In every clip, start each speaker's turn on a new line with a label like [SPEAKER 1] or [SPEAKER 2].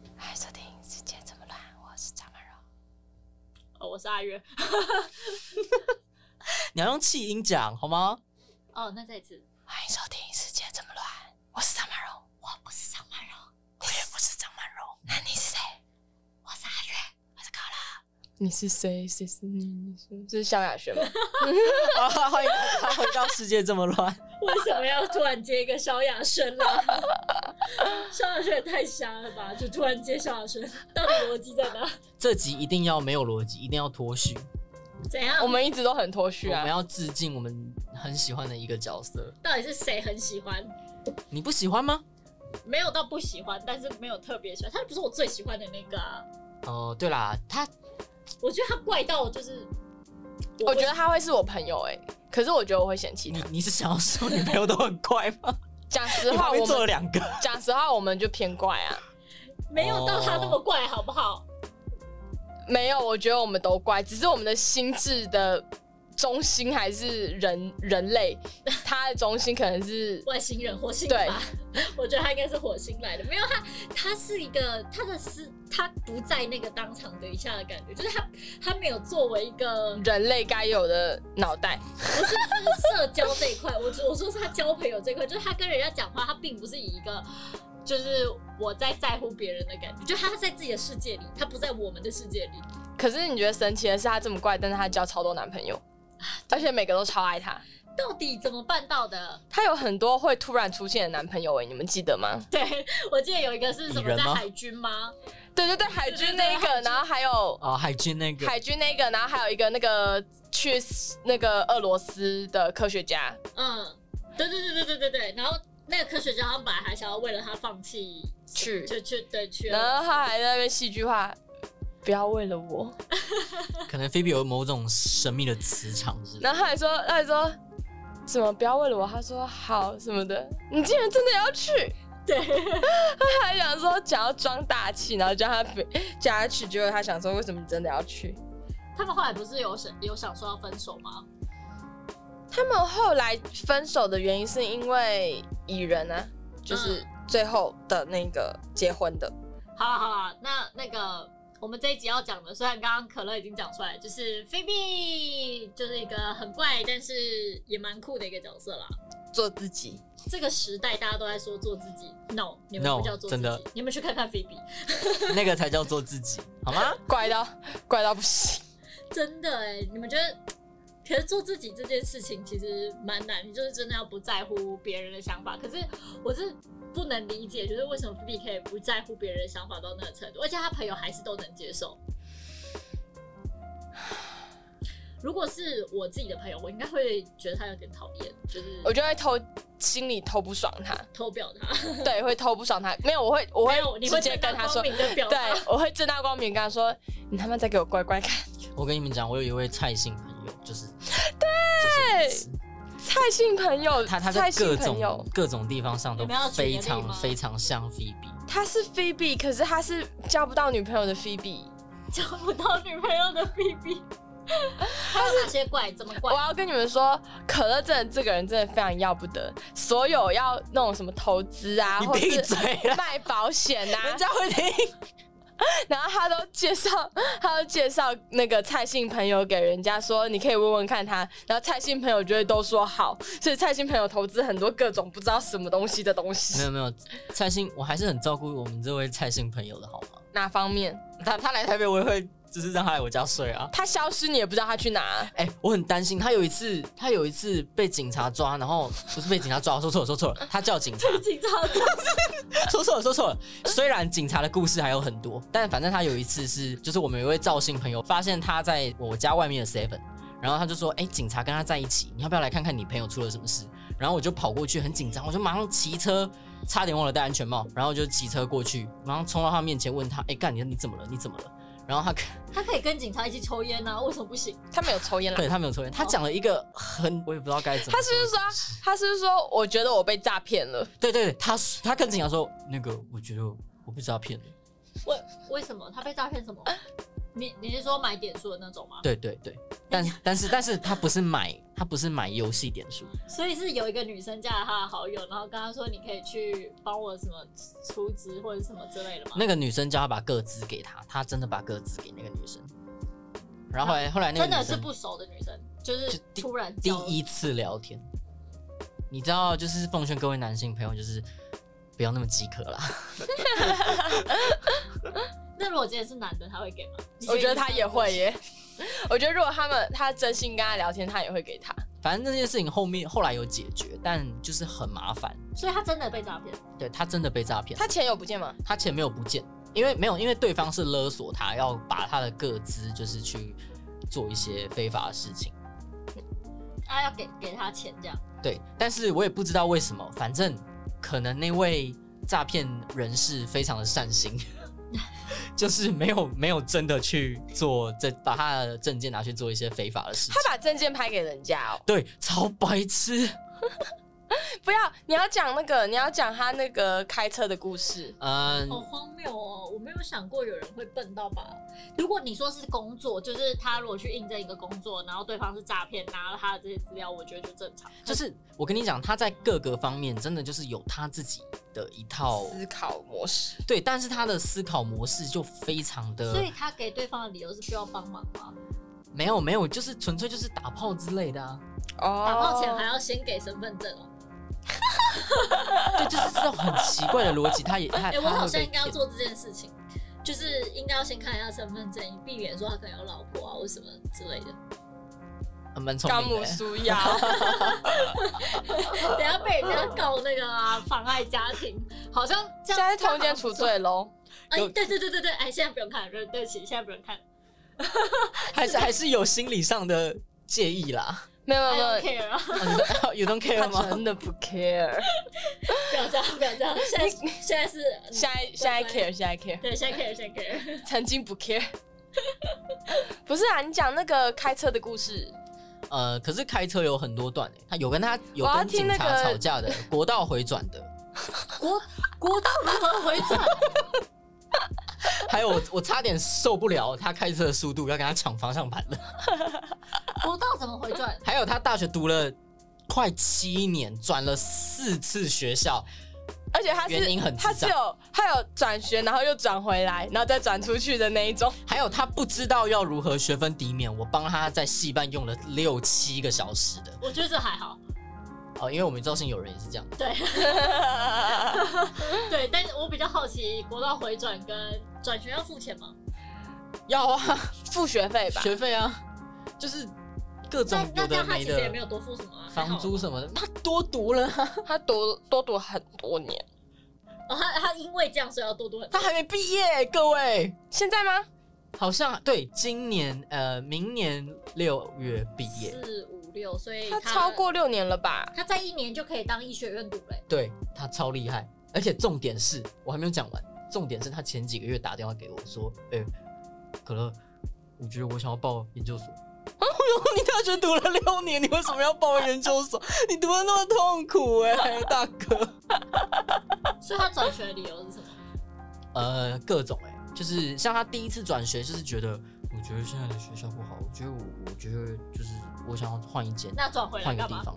[SPEAKER 1] 收听《世界这么乱》，我是张曼柔。
[SPEAKER 2] 哦，我是阿月。
[SPEAKER 3] 你要用气音讲 好吗？
[SPEAKER 2] 哦，那再一次，
[SPEAKER 1] 欢迎收听《世界这么乱》，我是张曼柔，
[SPEAKER 2] 我不是张曼柔，
[SPEAKER 3] 我也不是张曼荣，
[SPEAKER 1] 那你是谁？
[SPEAKER 2] 我是阿月。
[SPEAKER 1] 我是高乐。
[SPEAKER 4] 你是谁？谁是你？你是这是萧亚 轩吗？
[SPEAKER 3] 啊欢迎他回到世界这么乱。
[SPEAKER 2] 为什么要突然接一个萧亚轩啦？ 萧亚轩也太瞎了吧！就突然接萧亚轩，到底逻辑在哪？
[SPEAKER 3] 这集一定要没有逻辑，一定要脱序。
[SPEAKER 2] 怎样？
[SPEAKER 4] 我们一直都很脱序
[SPEAKER 3] 我们
[SPEAKER 4] 啊。
[SPEAKER 3] 要致敬我们很喜欢的一个角色。
[SPEAKER 2] 到底是谁很喜欢？
[SPEAKER 3] 你不喜欢吗？
[SPEAKER 2] 没有到不喜欢，但是没有特别喜欢。他不是我最喜欢的那个啊。
[SPEAKER 3] 哦、对啦，他
[SPEAKER 2] 我觉得他怪到我就是，
[SPEAKER 4] 我觉得他会是我朋友哎、可是我觉得我会嫌弃
[SPEAKER 3] 你
[SPEAKER 4] 他。
[SPEAKER 3] 你是想要说女朋友都很怪 吗？
[SPEAKER 4] 讲实
[SPEAKER 3] 你
[SPEAKER 4] 话，
[SPEAKER 3] 旁
[SPEAKER 4] 我
[SPEAKER 3] 边做了
[SPEAKER 4] 们
[SPEAKER 3] 两个，
[SPEAKER 4] 讲实话，我们就偏怪啊。
[SPEAKER 2] 没有到他那么怪，好不好？
[SPEAKER 4] 没有，我觉得我们都怪，只是我们的心智的中心还是人人 类，他的中心可能是
[SPEAKER 2] 外星人火星
[SPEAKER 4] 对
[SPEAKER 2] 吧，我觉得他应该是火星来的。没有他，他是一个他的思，他不在那个当场的一下的感觉，就是他他没有作为一 个
[SPEAKER 4] 人类该有的脑袋。
[SPEAKER 2] 社交这一块，我我说是他交朋友这一块，就是他跟人家讲话，他并不是以一个就是我在在乎别人的感觉，就他在自己的世界里，他不在我们的世界里。
[SPEAKER 4] 可是你觉得神奇的是，他这么怪，但是他交超多男朋友，而且每个都超爱他。
[SPEAKER 2] 到底怎么办到的？
[SPEAKER 4] 他有很多会突然出现的男朋友哎、你们记得吗？
[SPEAKER 2] 对我记得有一个是什
[SPEAKER 3] 蚁
[SPEAKER 2] 么
[SPEAKER 3] 人
[SPEAKER 2] 在
[SPEAKER 3] 吗
[SPEAKER 2] 海军吗？
[SPEAKER 4] 对对对，海军那一 个，然后还有
[SPEAKER 3] 啊、海军那个
[SPEAKER 4] 海军那个，然后还有一个那个去那个俄罗斯的科学家，
[SPEAKER 2] 嗯，对对对对对对对，然后。那个科学家好像本来还想要为了他放弃
[SPEAKER 4] 去
[SPEAKER 2] 就去对去
[SPEAKER 4] 然
[SPEAKER 2] 了
[SPEAKER 4] 后他还在那边戏剧化，不要为了我。
[SPEAKER 3] 可能菲比有某种神秘的磁场之类的。
[SPEAKER 4] 然后他还说，他还说什么不要为了我，他说好什么的，你竟然真的要去？
[SPEAKER 2] 对，
[SPEAKER 4] 他还想说想要装大气，然后叫他别叫他去，结果他想说为什么你真的要去？
[SPEAKER 2] 他们后来不是有想有想说要哦分手吗？
[SPEAKER 4] 他们后来分手的原因是因为蚁人啊，就是
[SPEAKER 2] 嗯
[SPEAKER 4] 最后的那个结婚的。
[SPEAKER 2] 好了好了，那那个我们这一集要讲的，虽然刚刚可乐已经讲出来，就是菲比就是一个很怪，但是也蛮酷的一个角色啦。
[SPEAKER 4] 做自己，
[SPEAKER 2] 这个时代大家都在说做自己，no，你们
[SPEAKER 3] No，
[SPEAKER 2] 不叫做自己
[SPEAKER 3] 真的
[SPEAKER 2] 你们去看看菲比，
[SPEAKER 3] 那个才叫做自己，好吗？
[SPEAKER 4] 怪到怪到不行。
[SPEAKER 2] 真的哎、你们觉得？可是做自己这件事情其实蛮难，你就是真的要不在乎别人的想法。可是我是不能理解，就是为什么菲比可以不在乎别人的想法到那个程度，而且他朋友还是都能接受。如果是我自己的朋友，我应该会觉得他有点讨厌，就是
[SPEAKER 4] 我就会偷心里偷不爽他，
[SPEAKER 2] 偷表达。
[SPEAKER 4] 对，会偷不爽他。没有，我会我
[SPEAKER 2] 没有，
[SPEAKER 4] 会
[SPEAKER 2] 你会
[SPEAKER 4] 直接跟他说，
[SPEAKER 2] 的表
[SPEAKER 4] 对
[SPEAKER 2] 达。，
[SPEAKER 4] 我会正大光明跟他说，你他妈再给我乖乖看。
[SPEAKER 3] 我跟你们讲，我有一位蔡姓朋友，就是
[SPEAKER 4] 对
[SPEAKER 3] 就是
[SPEAKER 4] 蔡姓朋友，
[SPEAKER 3] 他他在
[SPEAKER 4] 蔡姓
[SPEAKER 3] 各
[SPEAKER 4] 朋友
[SPEAKER 3] 种，各种地方上都
[SPEAKER 2] 你们要举
[SPEAKER 3] 非
[SPEAKER 2] 个例
[SPEAKER 3] 常
[SPEAKER 2] 吗
[SPEAKER 3] 非常像菲比。
[SPEAKER 4] 他是菲比，可是他是交不到女朋友的菲比。
[SPEAKER 2] 交不到女朋友的 B B，还有哪些怪？怎么怪
[SPEAKER 4] 我？ 要跟你们说，可乐真的这个人真的非常要不得，所有要那种什么投资啊，
[SPEAKER 3] 你
[SPEAKER 4] 或
[SPEAKER 3] 闭
[SPEAKER 4] 者
[SPEAKER 3] 嘴
[SPEAKER 4] 是
[SPEAKER 3] 啦！
[SPEAKER 4] 卖保险啊，
[SPEAKER 3] 人家会听。
[SPEAKER 4] 然后他都介绍，他都介绍那个蔡姓朋友给人家说，你可以问问看他，然后蔡姓朋友就会都说好，所以蔡姓朋友投资很多各种不知道什么东西的东
[SPEAKER 3] 没
[SPEAKER 4] 西，
[SPEAKER 3] 有没有，蔡姓我还是很照顾我们这位蔡姓朋友的好吗？
[SPEAKER 4] 哪方面？
[SPEAKER 3] 他他来台北，我也会就是让他来我家睡啊。
[SPEAKER 4] 他消失你也不知道他去哪，
[SPEAKER 3] 哎、我很担心他有一次，他有一次被警察抓，然后不是被警察抓，我说错了，说错了，他叫警察，
[SPEAKER 2] 紧张
[SPEAKER 3] 说错了，说错了。虽然警察的故事还有很多，但反正他有一次是，就是我们有一位赵姓朋友发现他在我家外面的 seven，然后他就说，哎、警察跟他在一起，你要不要来看看你朋友出了什么事？然后我就跑过去，很紧张，我就马上骑车，差点忘了戴安全帽，然后就骑车过去，马上冲到他面前问他，哎、干你你怎么了？你怎么了？然后他看
[SPEAKER 2] 他可以跟警察一起抽烟呐、啊，为什么不行？
[SPEAKER 4] 他没有抽烟啦。
[SPEAKER 3] 对他没有抽烟，他讲了一个很我也不知道该怎么，
[SPEAKER 4] 他是不是说，他是不是说，我觉得我被诈骗了？
[SPEAKER 3] 对对对，他他跟警察说，那个我觉得我被诈骗了，
[SPEAKER 2] 为为什么他被诈骗什么？你你是说买点数的那种吗？哎
[SPEAKER 3] 对对对，但但是但是他不是买他不是买游戏点数，
[SPEAKER 2] 所以是有一个女生加了他的好友，然后跟他说你可以去帮我什么出职或者什么之类的吗？
[SPEAKER 3] 那个女生叫他把个资给他，他真的把个资给那个女生。然后后来后来那个
[SPEAKER 2] 嗯真
[SPEAKER 3] 女生
[SPEAKER 2] 的是不熟的女生，就是
[SPEAKER 3] 就第
[SPEAKER 2] 突然
[SPEAKER 3] 第
[SPEAKER 2] 交了
[SPEAKER 3] 一次聊天，你知道，就是奉劝各位男性朋友，就是不要那么饥渴啦。
[SPEAKER 2] 那如果今天是男的，他会给吗？你
[SPEAKER 4] 我觉得
[SPEAKER 2] 你
[SPEAKER 4] 他
[SPEAKER 2] 会
[SPEAKER 4] 也会耶。 我觉得如果他们他真心跟他聊天，他也会给他。
[SPEAKER 3] 反正这件事情后面后来有解决，但就是很麻烦。
[SPEAKER 2] 所以他真的被诈骗，
[SPEAKER 3] 对他真的被诈骗，
[SPEAKER 4] 他钱有不见吗？
[SPEAKER 3] 他钱没有不见，因为没有，因为对方是勒索他，要把他的个资就是去做一些非法的事情。
[SPEAKER 2] 啊，要给给他钱这样。
[SPEAKER 3] 对，但是我也不知道为什么，反正可能那位诈骗人士非常的 善心，就是没有没有真的去做这，把他的证件拿去做一些非法的事情
[SPEAKER 4] 他。把证件拍给人家哦，
[SPEAKER 3] 对，超白痴。
[SPEAKER 4] 不要，你要讲那个，你要讲他那个开车的故事。
[SPEAKER 3] 嗯，
[SPEAKER 2] 好荒谬哦！我没有想过有人会笨到把。如果你说是工作，就是他如果去应征一个工作，然后对方是诈骗，拿了他的这些资料，我觉得就正常。
[SPEAKER 3] 就是我跟你讲，他在各个方面真的就是有他自己的一套，
[SPEAKER 4] 思考模式，
[SPEAKER 3] 对，但是他的思考模式就非常的
[SPEAKER 2] 所以他给对方的理由是不要帮忙吗？
[SPEAKER 3] 没有没有，就是纯粹就是打炮之类的啊，
[SPEAKER 4] 哦
[SPEAKER 2] 打炮前还要先给身份证哦。
[SPEAKER 3] 对，就是这种很奇怪的逻辑，他也他、
[SPEAKER 2] 哎、 我
[SPEAKER 3] 他
[SPEAKER 2] 好
[SPEAKER 3] 会
[SPEAKER 2] 像
[SPEAKER 3] 被
[SPEAKER 2] 应该要
[SPEAKER 3] 骗
[SPEAKER 2] 做这件事情，就是应该要先看一下身份证，以避免说他可能有老婆啊或什么之类的。
[SPEAKER 3] 呃蛮聪
[SPEAKER 4] 高
[SPEAKER 3] 明
[SPEAKER 4] 姆
[SPEAKER 3] 的欸、
[SPEAKER 4] 苏瑶，
[SPEAKER 2] 等一下被人家告那个啊，妨碍家庭，好像这
[SPEAKER 4] 现
[SPEAKER 2] 样
[SPEAKER 4] 在通奸处。罪喽。
[SPEAKER 2] 哎、
[SPEAKER 3] 有
[SPEAKER 2] 对对对对对，哎，现在不用看，对对不起，现在不用看。
[SPEAKER 3] 还是还啊是有心理上的介意 啦。
[SPEAKER 4] 没有没
[SPEAKER 2] I
[SPEAKER 4] 有
[SPEAKER 2] don't
[SPEAKER 4] 没有，
[SPEAKER 2] care 啊。
[SPEAKER 3] you don't
[SPEAKER 4] 他
[SPEAKER 3] care 吗？
[SPEAKER 4] 真的不 care。
[SPEAKER 2] 不要这样，不要这样。现在现在是
[SPEAKER 4] 下一下一
[SPEAKER 2] 拜拜
[SPEAKER 4] care 下一 care，
[SPEAKER 2] 对，现在 care，现在 care。
[SPEAKER 4] 曾经不 care。不是啊，你讲那个开车的故事，
[SPEAKER 3] 呃，可是开车有很多段诶、他有跟他有
[SPEAKER 4] 我要
[SPEAKER 3] 跟
[SPEAKER 4] 听
[SPEAKER 3] 警
[SPEAKER 4] 那
[SPEAKER 3] 察
[SPEAKER 4] 个
[SPEAKER 3] 吵架的，国道回转的，
[SPEAKER 2] 国国道如何回转？
[SPEAKER 3] 还有我我差点受不了他开车的速度，要跟他抢方向盘了。
[SPEAKER 2] 国道怎么回转？
[SPEAKER 3] 还有他大学读了快七年，转了四次学校，
[SPEAKER 4] 而且他
[SPEAKER 3] 原因
[SPEAKER 4] 是
[SPEAKER 3] 很智
[SPEAKER 4] 他是
[SPEAKER 3] 障
[SPEAKER 4] 有他有转学，然后又转回来，然后再转出去的那一种。
[SPEAKER 3] 还有他不知道要如何学分抵免，我帮他在戏班用了六七个小时的
[SPEAKER 2] 我觉得这还好，
[SPEAKER 3] 哦，因为我们招新有人也是这样，
[SPEAKER 2] 对对，但是我比较好奇国道回转跟转学要付钱吗？
[SPEAKER 3] 要啊，
[SPEAKER 4] 付学费吧，
[SPEAKER 3] 学费啊，就是
[SPEAKER 2] 那
[SPEAKER 3] 各种
[SPEAKER 2] 那这
[SPEAKER 3] 有的
[SPEAKER 2] 样他
[SPEAKER 3] 没
[SPEAKER 2] 其实也没
[SPEAKER 3] 的，
[SPEAKER 2] 有多付什么啊，还好
[SPEAKER 3] 房租什么的，他多读了啊，
[SPEAKER 4] 他读多读很多年，
[SPEAKER 2] 哦，他他因为这样所以要多多。
[SPEAKER 3] 他还没毕业，各位，
[SPEAKER 4] 现在吗？
[SPEAKER 3] 好像对，今年呃，明年六月毕业，
[SPEAKER 2] 四五六，所以
[SPEAKER 4] 他超过六年了吧？
[SPEAKER 2] 他在一年就可以当医学院读嘞。
[SPEAKER 3] 对他超厉害，而且重点是我还没有讲完，重点是他前几个月打电话给我说，哎、可乐，我觉得我想要报研究所。啊！我说 你大学读了六年，你为什么要报研究所？你读的那么痛苦哎、大哥。
[SPEAKER 2] 欸所以他转学的理由是什么？
[SPEAKER 3] 呃，各种哎、就是像他第一次转学，就是觉得我觉得现在的学校不好，我觉得我我觉得就是我想要换一间，
[SPEAKER 2] 那转回来
[SPEAKER 3] 换一个
[SPEAKER 2] 干
[SPEAKER 3] 地
[SPEAKER 2] 嘛？
[SPEAKER 3] 方。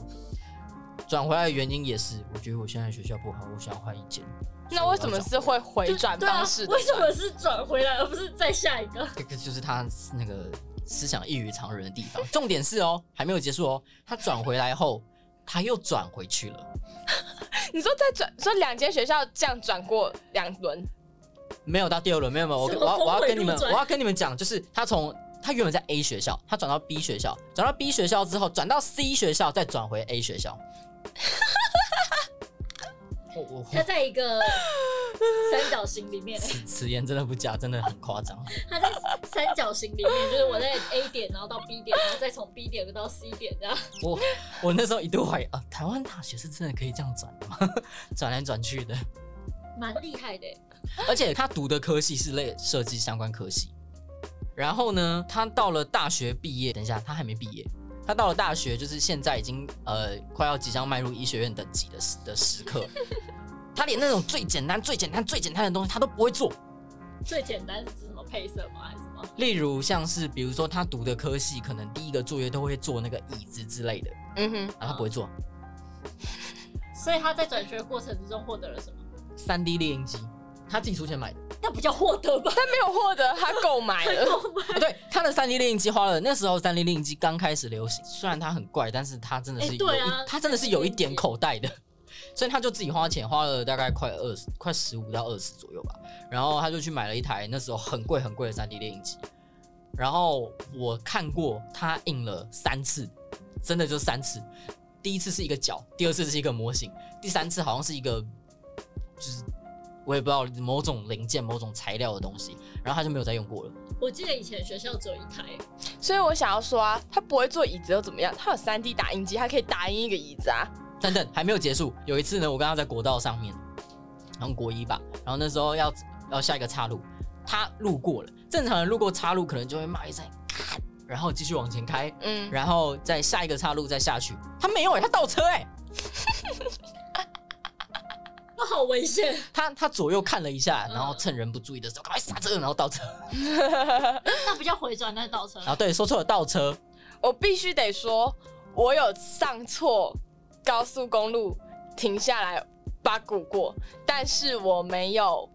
[SPEAKER 3] 转回来的原因也是，我觉得我现在的学校不好，我想要换一间。
[SPEAKER 4] 那为什么是会回
[SPEAKER 2] 就
[SPEAKER 4] 转
[SPEAKER 2] 对啊
[SPEAKER 4] 方式的？
[SPEAKER 2] 为什么是转回来而不是再下一个？
[SPEAKER 3] 这个就是他那个思想异于常人的地方。重点是哦，还没有结束哦，他转回来后，他又转回去了。
[SPEAKER 4] 你说在转，说两间学校这样转过两轮，
[SPEAKER 3] 没有到第二轮，没有没有，我
[SPEAKER 2] 什么
[SPEAKER 3] 我要我要
[SPEAKER 2] 峰回
[SPEAKER 3] 跟你们
[SPEAKER 2] 路
[SPEAKER 3] 我
[SPEAKER 2] 转
[SPEAKER 3] 要跟你们讲，就是他从他原本在 A 学校，他转到 B 学校，转到 B 学校之后，转到 C 学校，再转回 A 学 校。我我
[SPEAKER 2] 他在一个三角形里面，
[SPEAKER 3] 此此言真的不假，真的很夸张。
[SPEAKER 2] 他在三角形里面，就是我在 A 点，然后到 B 点，然后再从 B 点到 C 点这样。
[SPEAKER 3] 我我那时候一度怀疑啊，台湾大学是真的可以这样转的吗？ 转来转去的。
[SPEAKER 2] 蛮厉害的欸，
[SPEAKER 3] 而且他读的科系是类设计相关科系。然后呢，他到了大学毕业，等一下他还没毕业，他到了大学就是现在已经呃快要即将迈入医学院等级的 时的时刻，他连那种最简单、最简单、最简单的东西他都不会做，
[SPEAKER 2] 最简单是指什么配色吗？还是什么？
[SPEAKER 3] 例如像是比如说他读的科系，可能第一个作业都会做那个椅子之类的，
[SPEAKER 4] 嗯哼，
[SPEAKER 3] 然后他不会做。
[SPEAKER 2] 所以他在转学过程之中获得了什么？
[SPEAKER 3] 三 D 猎鹰机，他自己出钱买的。
[SPEAKER 2] 那不叫获得吧？
[SPEAKER 4] 但没有获得，他购买了。
[SPEAKER 3] 啊，对，他的三 D 猎鹰机花了那时候三 D 猎鹰机刚开始流行，虽然它很怪，但是它真的是
[SPEAKER 2] 哎
[SPEAKER 3] 有
[SPEAKER 2] 对
[SPEAKER 3] 一，
[SPEAKER 2] 啊
[SPEAKER 3] 它真的是有一点口袋的，所以他就自己花钱，花了大概快二十，快十五到二十左右吧，然后他就去买了一台那时候很贵很贵的三 D 猎鹰机，然后我看过他印了三次，真的就三次，第一次是一个角，第二次是一个模型，第三次好像是一个就是。我也不知道某种零件、某种材料的东西，然后他就没有再用过了。
[SPEAKER 2] 我记得以前学校只有一台，
[SPEAKER 4] 所以我想要说啊，他不会做椅子又怎么样？他有三 D 打印机，他可以打印一个椅子啊。
[SPEAKER 3] 等等，还没有结束。有一次呢，我跟他在国道上面，然后国一吧，然后那时候要要下一个岔路，他路过了，正常人路过岔路可能就会骂一声“看”，然后继续往前开，
[SPEAKER 4] 嗯，
[SPEAKER 3] 然后在下一个岔路再下去。他没有哎、他倒车哎、
[SPEAKER 2] 那好危险。
[SPEAKER 3] 他他左右看了一下，
[SPEAKER 2] 嗯
[SPEAKER 3] 然后趁人不注意的时候赶快刹车，然后倒车。
[SPEAKER 2] 那不叫回转，那是倒车。
[SPEAKER 3] 然后对，说错了，倒车。
[SPEAKER 4] 我必须得说，我有上错高速公路停下来八股过，但是我没有，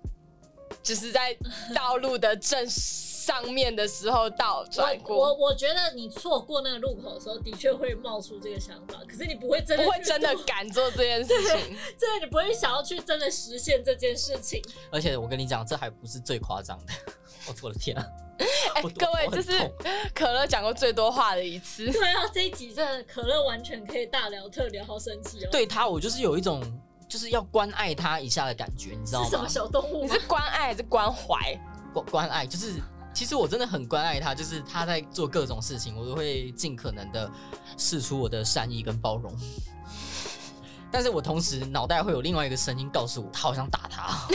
[SPEAKER 4] 只是在道路的正上面的时候倒转
[SPEAKER 2] 我我
[SPEAKER 4] 过。
[SPEAKER 2] 我觉得你错过那个路口的时候，的确会冒出这个想法，可是你不会真的
[SPEAKER 4] 不
[SPEAKER 2] 去
[SPEAKER 4] 会真的
[SPEAKER 2] 做，
[SPEAKER 4] 敢做这件事情，
[SPEAKER 2] 真的你不会想要去真的实现这件事情。
[SPEAKER 3] 而且我跟你讲，这还不是最夸张的。 我我的天啊！
[SPEAKER 4] 哎、
[SPEAKER 3] 我
[SPEAKER 4] 各位，这
[SPEAKER 3] 我很
[SPEAKER 4] 是
[SPEAKER 3] 痛
[SPEAKER 4] 可乐讲过最多话的一次。
[SPEAKER 2] 对啊，这一集真的可乐完全可以大聊特聊，好神奇哦。，
[SPEAKER 3] 对他，我就是有一种就是要关爱他一下的感觉，你知道吗？
[SPEAKER 2] 是什么小动物
[SPEAKER 4] 你
[SPEAKER 2] 吗
[SPEAKER 4] 是？关爱还是关怀？
[SPEAKER 3] 关关爱，就是其实我真的很关爱他，就是他在做各种事情，我都会尽可能的试出我的善意跟包容。 但是我同时脑袋会有另外一个声音告诉我，他好想 打他。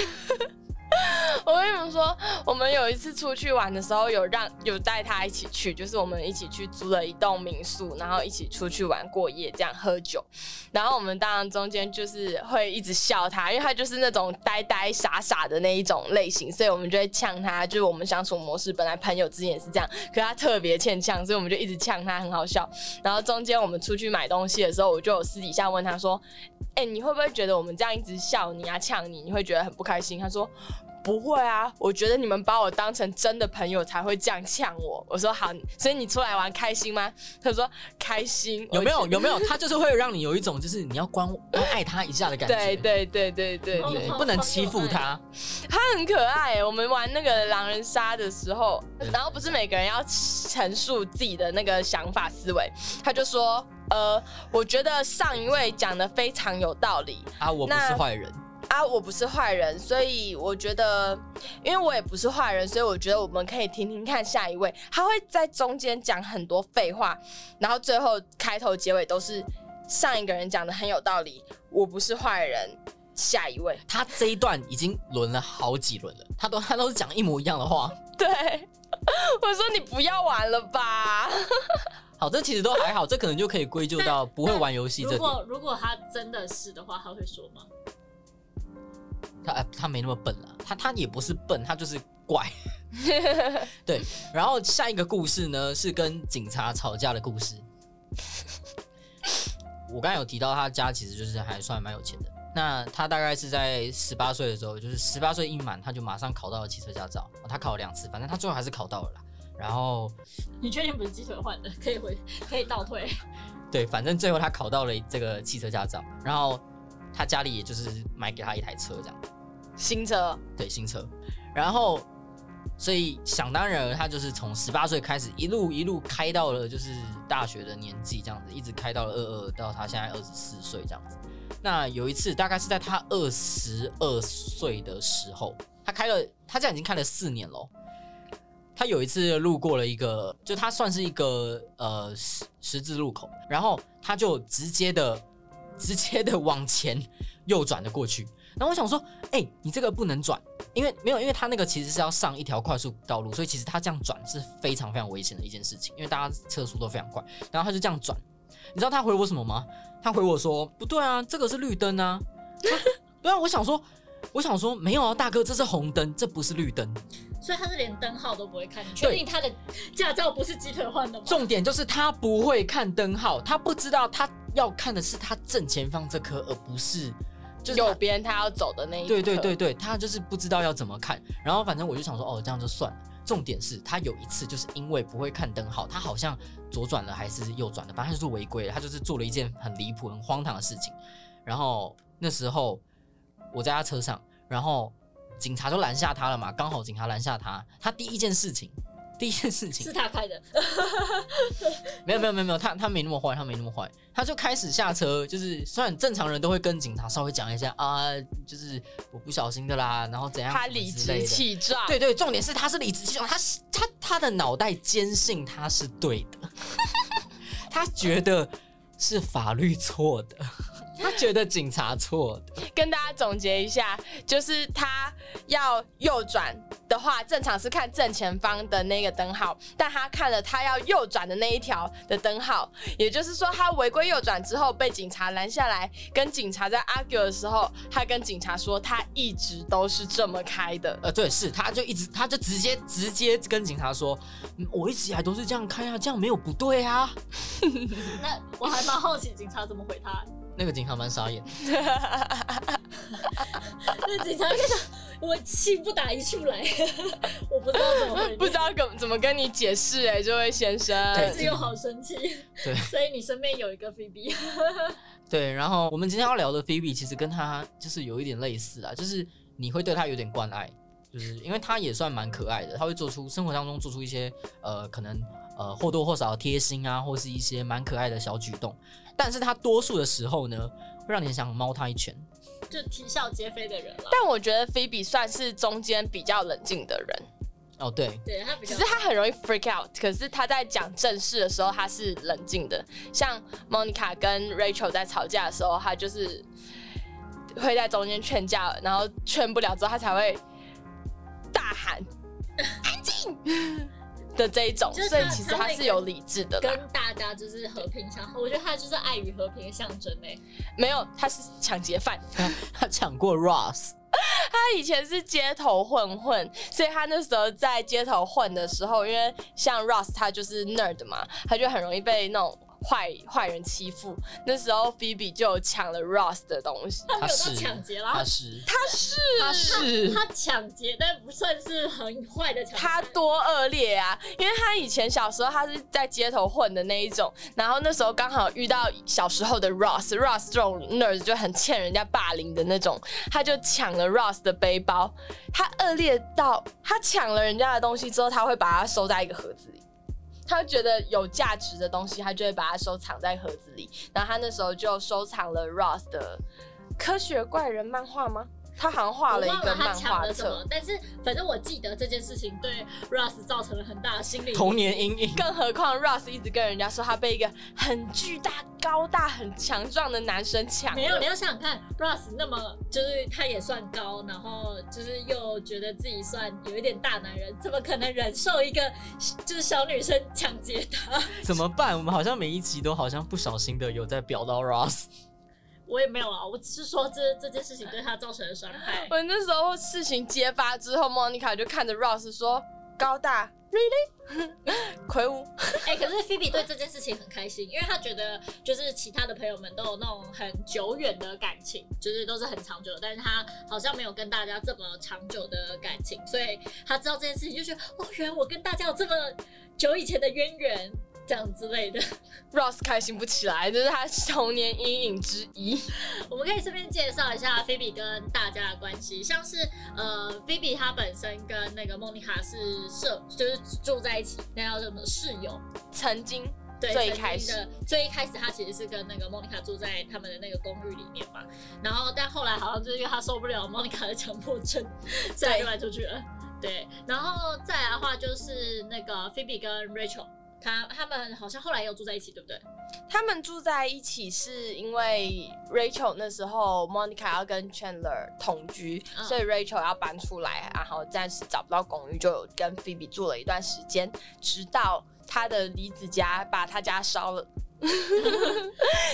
[SPEAKER 4] 我跟你们说，我们有一次出去玩的时候，有让有带他一起去，就是我们一起去租了一栋民宿，然后一起出去玩过夜，这样喝酒。然后我们当然中间就是会一直笑他，因为他就是那种呆呆傻傻的那一种类型，所以我们就会呛他。就是我们相处模式本来朋友之间也是这样，可他特别欠呛，所以我们就一直呛他，很好笑。然后中间我们出去买东西的时候，我就有私底下问他说：“哎、你会不会觉得我们这样一直笑你啊、呛你，你会觉得很不开心？”他说：“不会啊，我觉得你们把我当成真的朋友才会这样呛我。”我说：“好，所以你出来玩开心吗？”他说：“开心。”
[SPEAKER 3] 有没
[SPEAKER 4] 我
[SPEAKER 3] 有？
[SPEAKER 4] 觉得
[SPEAKER 3] 有没有？他就是会让你有一种就是你要关关爱他一下的感觉。嗯
[SPEAKER 4] 对对对对对
[SPEAKER 3] 你
[SPEAKER 4] 对
[SPEAKER 3] 你，不能欺负他，
[SPEAKER 4] 他很可爱欸。我们玩那个狼人杀的时候
[SPEAKER 3] 对，
[SPEAKER 4] 然后不是每个人要陈述自己的那个想法思维，他就说：“呃，我觉得上一位讲的非常有道理，
[SPEAKER 3] 啊，我不是
[SPEAKER 4] 那
[SPEAKER 3] 坏人。
[SPEAKER 4] 啊，我不是坏人，所以我觉得，因为我也不是坏人，所以我觉得我们可以听听看下一位，他会在中间讲很多废话，然后最后开头结尾都是上一个人讲的很有道理，我不是坏人，下一位，
[SPEAKER 3] 他这一段已经轮了好几轮了，他都他都是讲一模一样的话。
[SPEAKER 4] 对我说你不要玩了吧，
[SPEAKER 3] 好，这其实都还好，这可能就可以归咎到不会玩游戏这
[SPEAKER 2] 如
[SPEAKER 3] 点。
[SPEAKER 2] 果如果他真的是的话，他会说吗？
[SPEAKER 3] 他呃他没那么笨啦，他他也不是笨，他就是怪。 对，然后下一个故事呢是跟警察吵架的故事。我刚才有提到他家其实就是还算蛮有钱的，那他大概是在十八岁的时候，就是十八岁一满他就马上考到了汽车驾照，哦他考了两次，反正他最后还是考到了啦。然后
[SPEAKER 2] 你确定不是鸡腿换的？可以回， 可以倒退。
[SPEAKER 3] 对，反正最后他考到了这个汽车驾照，然后他家里也就是买给他一台车这样。
[SPEAKER 4] 新哲，
[SPEAKER 3] 对新车，然后所以想当然了，他就是从十八岁开始一路一路开到了就是大学的年纪这样子，一直开到了二二，到他现在二十四岁这样子。那有一次大概是在他二十二岁的时候，他开了，他这样已经开了四年喽。他有一次路过了一个，就他算是一个呃十十字路口，然后他就直接的直接的往前右转了过去。然后我想说，哎、你这个不能转，因为没有，因为他那个其实是要上一条快速道路，所以其实他这样转是非常非常危险的一件事情，因为大家车速都非常快。然后他就这样转，你知道他回我什么吗？他回我说：“不对啊，这个是绿灯啊。他”对啊，我想说，我想说，没有啊，大哥，这是红灯，这不是绿灯。
[SPEAKER 2] 所以他是连灯号都不会看。你确定他的驾照不是鸡腿换的吗？
[SPEAKER 3] 重点就是他不会看灯号，他不知道他要看的是他正前方这颗，而不是就是
[SPEAKER 4] 右
[SPEAKER 3] 他
[SPEAKER 4] 边他要走的那一
[SPEAKER 3] 对对
[SPEAKER 4] 刻
[SPEAKER 3] 对对，他就是不知道要怎么看。然后反正我就想说，哦，这样就算了。重点是他有一次就是因为不会看灯号，他好像左转了还是右转了，反正他就是违规了，他就是做了一件很离谱、很荒唐的事情。然后那时候我在他车上，然后警察就拦下他了嘛，刚好警察拦下他，他第一件事情，第一件事情
[SPEAKER 2] 是他开的，
[SPEAKER 3] 没有没有没有没有，他他没那么坏，他没那么坏，他就开始下车，就是虽然正常人都会跟警察稍微讲一下啊，就是我不小心的啦，然后怎样，
[SPEAKER 4] 他
[SPEAKER 3] 怎么
[SPEAKER 4] 理
[SPEAKER 3] 之类
[SPEAKER 4] 直
[SPEAKER 3] 的。
[SPEAKER 4] 气壮，
[SPEAKER 3] 对对，重点是他是理直气壮，他他他的脑袋坚信他是对的， 他觉得是法律错的， 他觉得警察错的，
[SPEAKER 4] 跟大家总结一下，就是他要右转的话，正常是看正前方的那个灯号，但他看了他要右转的那一条的灯号，也就是说他违规右转之后被警察拦下来，跟警察在 argue 的时候，他跟警察说他一直都是这么开的。
[SPEAKER 3] 呃，对，是他就一直他就直接直接跟警察说，嗯我一直以来都是这样开啊，这样没有不对啊。
[SPEAKER 2] 那我还蛮好奇警察怎么回他。
[SPEAKER 3] 那个警察蛮傻眼的。
[SPEAKER 2] 那警察就想， 我气不打一处来， 我不知道怎么回 你，
[SPEAKER 4] 不知道怎怎么跟你解释哎、这位先生，
[SPEAKER 3] 对
[SPEAKER 2] 但是又好生气。
[SPEAKER 3] 对
[SPEAKER 2] 所以你身边有一个 Phoebe，
[SPEAKER 3] 对，然后我们今天要聊的 Phoebe 其实跟她就是有一点类似啊，就是你会对她有点关爱，就是因为她也算蛮可爱的，她会做出生活当中做出一些呃可能呃或多或少的贴心啊，或是一些蛮可爱的小举动，但是她多数的时候呢，会让你很想猫她一拳。
[SPEAKER 2] 就啼笑皆非的人了。
[SPEAKER 4] 但我觉得菲比算是中间比较冷静的人。
[SPEAKER 3] 哦，对，
[SPEAKER 2] 对他比
[SPEAKER 4] 只是，
[SPEAKER 2] 较
[SPEAKER 4] 他很容易 freak out，可是他在讲正事的时候，他是冷静的。像 Monica 跟 Rachel 在吵架的时候，他就是会在中间劝架，然后劝不了之后，他才会大 喊安静的这一种。
[SPEAKER 2] 就是
[SPEAKER 4] 所
[SPEAKER 2] 他
[SPEAKER 4] 以其实他是有理智的啦，
[SPEAKER 2] 跟大家就是和平相，我觉得他就是爱与和平的象征欸诶、
[SPEAKER 4] 没有他是抢劫犯，
[SPEAKER 3] 她抢过 Ross，
[SPEAKER 4] 他以前是街头混混，所以他那时候在街头混的时候，因为像 Ross 他就是 nerd 嘛，他就很容易被那种坏坏人欺负。那时候 Phoebe 就抢了 Ross 的东西，
[SPEAKER 2] 他没有
[SPEAKER 3] 他
[SPEAKER 2] 到
[SPEAKER 3] 是
[SPEAKER 2] 抢劫啦
[SPEAKER 3] 她，是
[SPEAKER 4] 啊他是
[SPEAKER 2] 他抢劫，但不算是很坏的抢劫。
[SPEAKER 4] 他多恶劣啊！因为他以前小时候他是在街头混的那一种，然后那时候刚好遇到小时候的 Ross，Ross 这种 nerd 就很欠人家霸凌的那种，他就抢了 Ross 的背包，他恶劣到他抢了人家的东西之后，他会把它收在一个盒子里。他觉得有价值的东西，他就会把它收藏在盒子里。然后他那时候就收藏了 Ross 的《科学怪人》漫画吗？他好像画
[SPEAKER 2] 我
[SPEAKER 4] 了一
[SPEAKER 2] 忘
[SPEAKER 4] 个
[SPEAKER 2] 了他
[SPEAKER 4] 漫
[SPEAKER 2] 抢
[SPEAKER 4] 画
[SPEAKER 2] 了什
[SPEAKER 4] 册
[SPEAKER 2] 么。，但是反正我记得这件事情对 Russ 造成了很大的心理
[SPEAKER 3] 童年阴影。
[SPEAKER 4] 更何况 Russ 一直跟人家说他被一个很巨大、高大、很强壮的男生抢了，
[SPEAKER 2] 没有，你要想想看，Russ 那么就是他也算高，然后就是又觉得自己算有一点大男人，怎么可能忍受一个就是小女生抢劫他？
[SPEAKER 3] 怎么办？我们好像每一集都好像不小心的有在表到 Ross，
[SPEAKER 2] 我也没有啊，我只是说这这件事情对他造成的伤害。
[SPEAKER 4] 我那时候事情揭发之后，Monica 就看着 Russ 说：“高大，really？魁 梧，
[SPEAKER 2] 哎、可是 Phoebe 对这件事情很开心，因为她觉得就是其他的朋友们都有那种很久远的感情，就是都是很长久的，但是她好像没有跟大家这么长久的感情，所以她知道这件事情就觉得哦，原来我跟大家有这么久以前的渊源，这样之类的。
[SPEAKER 4] Russ 开心不起来，这是他童年阴影之一。
[SPEAKER 2] 我们可以顺便介绍一下菲比跟大家的关系，像是呃，菲比她本身跟那个莫妮卡是舍，就是住在一起，那叫什么室友？
[SPEAKER 4] 曾经
[SPEAKER 2] 对，
[SPEAKER 4] 最
[SPEAKER 2] 曾经
[SPEAKER 4] 开始
[SPEAKER 2] 的最一开始她其实是跟那个莫妮卡住在他们的那个公寓里面嘛，然后但后来好像就是因为她受不了莫妮卡的强迫症，所以她就搬出去了。对，然后再来的话就是那个菲比跟 Rachel，她他们好像后来又住在一起，对不对？
[SPEAKER 4] 他们住在一起是因为 Rachel 那时候 Monica 要跟 Chandler 同居，
[SPEAKER 2] 嗯
[SPEAKER 4] 所以 Rachel 要搬出来，啊然后暂时找不到公寓，就有跟 Phoebe 住了一段时间，直到她的离子 家把她家烧了，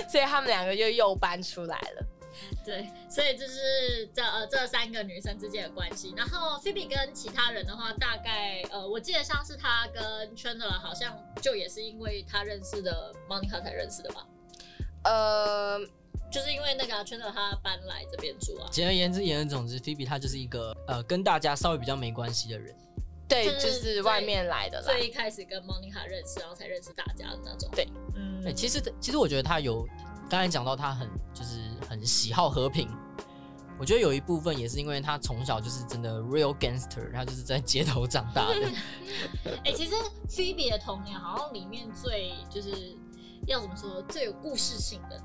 [SPEAKER 4] 所以他们两个就又搬出来了。
[SPEAKER 2] 对，所以就是这呃这三个女生之间的关系。然后菲比跟其他人的话，大概呃我记得像是她跟 Chandler 好像就也是因为她认识的 Monica 才认识的吧，
[SPEAKER 4] 呃，
[SPEAKER 2] 就是因为那个啊 Chandler 他搬来这边住啊，
[SPEAKER 3] 简而言之，言而总之，菲比她就是一个呃跟大家稍微比较没关系的人。
[SPEAKER 4] 对，
[SPEAKER 2] 就是
[SPEAKER 4] 就是
[SPEAKER 2] 最
[SPEAKER 4] 外面来的啦
[SPEAKER 2] 所。以一开始跟 Monica 认识，然后才认识大家的那种。
[SPEAKER 4] 对，
[SPEAKER 2] 嗯
[SPEAKER 3] 对，哎其实其实我觉得他有刚才讲到他很就是很喜好和平，我觉得有一部分也是因为他从小就是真的 real gangster，他就是在街头长大的。
[SPEAKER 2] 哎、其实 Phoebe 的童年好像里面最就是要怎么说最有故事性的，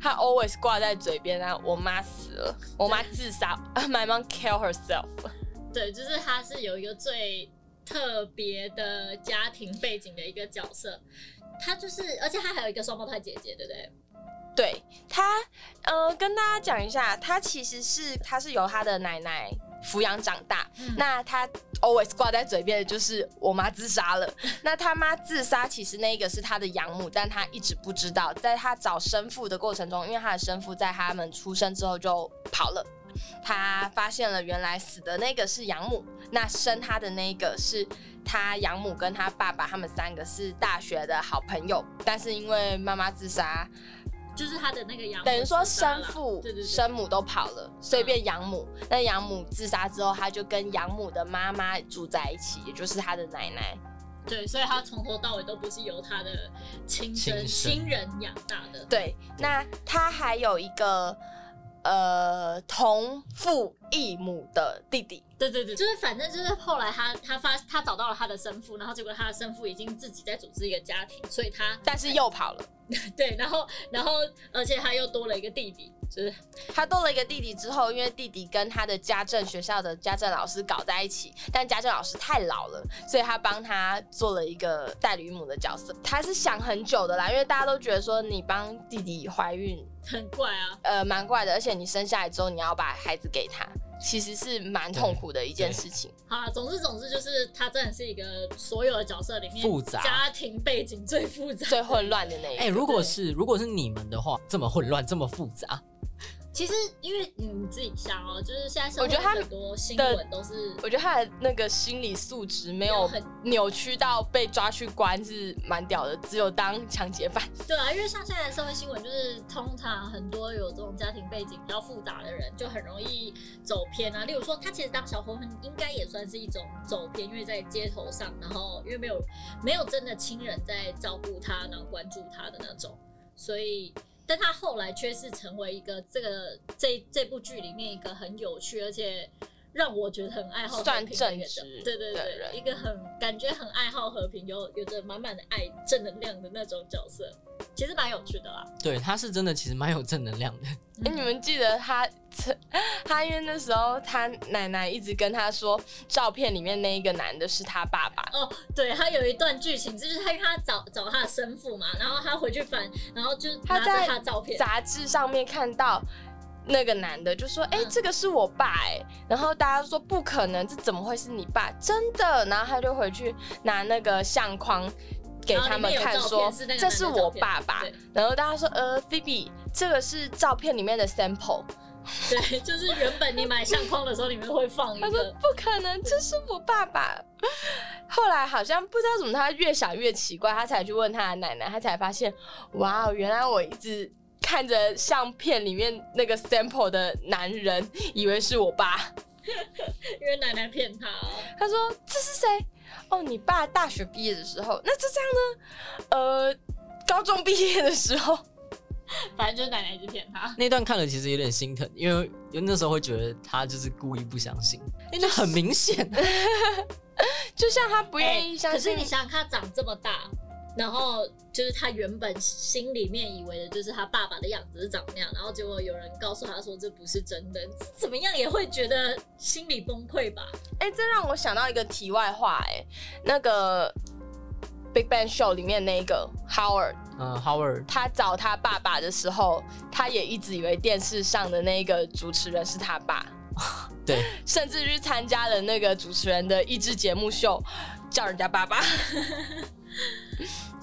[SPEAKER 4] 他 always 挂在嘴边啊，我妈死了，我妈自杀 ，My mom kill herself。
[SPEAKER 2] 对，就是他是有一个最特别的家庭背景的一个角色。他就是，而且他还有一个双胞胎姐姐，对不对？
[SPEAKER 4] 对他，呃，跟大家讲一下，他其实是他是由他的奶奶抚养长大。
[SPEAKER 2] 嗯
[SPEAKER 4] 那他 always 挂在嘴边的就是我妈自杀了。 那他妈自杀，其实那一个是他的养母，但他一直不知道。在他找生父的过程中，因为他的生父在他们出生之后就跑了。他发现了原来死的那个是养母，那生他的那个是他养母跟他爸爸，他们三个是大学的好朋友，但是因为妈妈自杀，
[SPEAKER 2] 就是他的那个养母
[SPEAKER 4] 等于说
[SPEAKER 2] 自杀
[SPEAKER 4] 生
[SPEAKER 2] 啦
[SPEAKER 4] 父、
[SPEAKER 2] 对嗯对对，
[SPEAKER 4] 生母都跑了，所以变养母。那养母自杀之后，他就跟养母的妈妈住在一起，也就是他的奶奶。
[SPEAKER 2] 对，所以他从头到尾都不是由他的亲生
[SPEAKER 3] 亲生
[SPEAKER 2] 亲人养大的。
[SPEAKER 4] 对，那他还有一个呃同父异母的弟弟。
[SPEAKER 2] 对对对，就是反正就是后来他他发他找到了他的生父，然后结果他的生父已经自己在组织一个家庭，所以他
[SPEAKER 4] 但是又跑了，
[SPEAKER 2] 对，然后然后而且他又多了一个弟弟，就是
[SPEAKER 4] 他多了一个弟弟之后，因为弟弟跟他的家政学校的家政老师搞在一起，但家政老师太老了，所以他帮他做了一个代理母的角色。他是想很久的啦，因为大家都觉得说你帮弟弟怀孕
[SPEAKER 2] 很怪啊。
[SPEAKER 4] 呃，蛮怪的，而且你生下来之后，你要把孩子给他，其实是蛮痛苦的一件事情。
[SPEAKER 2] 好啦，总之总之就是他真的是一个所有的角色里面
[SPEAKER 3] 复杂
[SPEAKER 2] 家庭背景最复杂。
[SPEAKER 4] 最混乱的那一个，
[SPEAKER 3] 哎、如果是如果是你们的话，这么混乱，这么复杂，
[SPEAKER 2] 其实因为你自己想哦，就是现在社
[SPEAKER 4] 我觉得
[SPEAKER 2] 会
[SPEAKER 4] 他
[SPEAKER 2] 很多新闻都是
[SPEAKER 4] 我觉得他的那个心理素质没
[SPEAKER 2] 要
[SPEAKER 4] 有
[SPEAKER 2] 很
[SPEAKER 4] 扭曲到被抓去关是蛮屌的，只有当抢劫犯。
[SPEAKER 2] 对啊，因为像现在的社会新闻，就是通常很多有这种家庭背景比较复杂的人，就很容易走偏啊。例如说，他其实当小混混应该也算是一种走偏，因为在街头上，然后因为没有没有真的亲人在照顾他，然后关注他的那种，所以。但他后来却是成为一个这个这这部剧里面一个很有趣，而且让我觉得很爱好和
[SPEAKER 4] 算
[SPEAKER 2] 平的一个
[SPEAKER 4] 正直
[SPEAKER 2] 角对对
[SPEAKER 4] 的
[SPEAKER 2] 对，
[SPEAKER 4] 人
[SPEAKER 2] 一个很感觉很爱好和平，有有着满满的爱、正能量的那种角色。其实蛮有趣的啊啦。
[SPEAKER 3] 对，他是真的其实蛮有正能量的。
[SPEAKER 4] 哎、你们记得他，他因为那时候他奶奶一直跟他说，照片里面那一个男的是他爸爸。
[SPEAKER 2] 哦，对，他有一段剧情，就是他因为他找找他的生父嘛，然后他回去翻，然后就
[SPEAKER 4] 他
[SPEAKER 2] 拿着
[SPEAKER 4] 在
[SPEAKER 2] 他的照片，
[SPEAKER 4] 杂志上面看到那个男的，就说：“
[SPEAKER 2] 嗯
[SPEAKER 4] 哎、这个是我爸、哎，然后大家都说：“不可能，这怎么会是你爸？真的。”然后他就回去拿那个相框给他们看，
[SPEAKER 2] 然后里面有照
[SPEAKER 4] 说
[SPEAKER 2] 片是那：“个
[SPEAKER 4] 这是我爸爸
[SPEAKER 2] 男的照。”
[SPEAKER 4] 然后大家说：“呃，Phoebe，这个是照片里面的 sample。
[SPEAKER 2] 对，就是原本你买相框的时候，里面会放”一
[SPEAKER 4] 他说
[SPEAKER 2] 个：“。
[SPEAKER 4] 不可能，这是我爸爸。” 后来好像不知道怎么，他越想越奇怪，他才去问他的奶奶，他才发现，哇哦，原来我一直看着相片里面那个 sample 的男人，以为是我爸。
[SPEAKER 2] 因为奶奶骗他、
[SPEAKER 4] 他说这是谁？哦，你爸大学毕业的时候，那就这样呢？呃，高中毕业的时候，
[SPEAKER 2] 反正就是奶奶一直骗他。
[SPEAKER 3] 那段看了其实有点心疼，因为因为那时候会觉得他就是故意不相信，因为那很明显。
[SPEAKER 4] 就像他不愿意相
[SPEAKER 2] 哎可是
[SPEAKER 4] 信
[SPEAKER 2] 你想想，他长这么大，然后就是他原本心里面以为的就是他爸爸的样子是长那样，然后结果有人告诉他说这不是真的，怎么样也会觉得心理崩溃吧？
[SPEAKER 4] 哎、这让我想到一个题外话、哎，那个 Big Bang Show 里面那个 Howard，
[SPEAKER 3] 嗯，Howard，
[SPEAKER 4] 他找他爸爸的时候，他也一直以为电视上的那个主持人是他爸，
[SPEAKER 3] 对，
[SPEAKER 4] 甚 至去参加了那个主持人的益智节目秀，叫人家爸爸。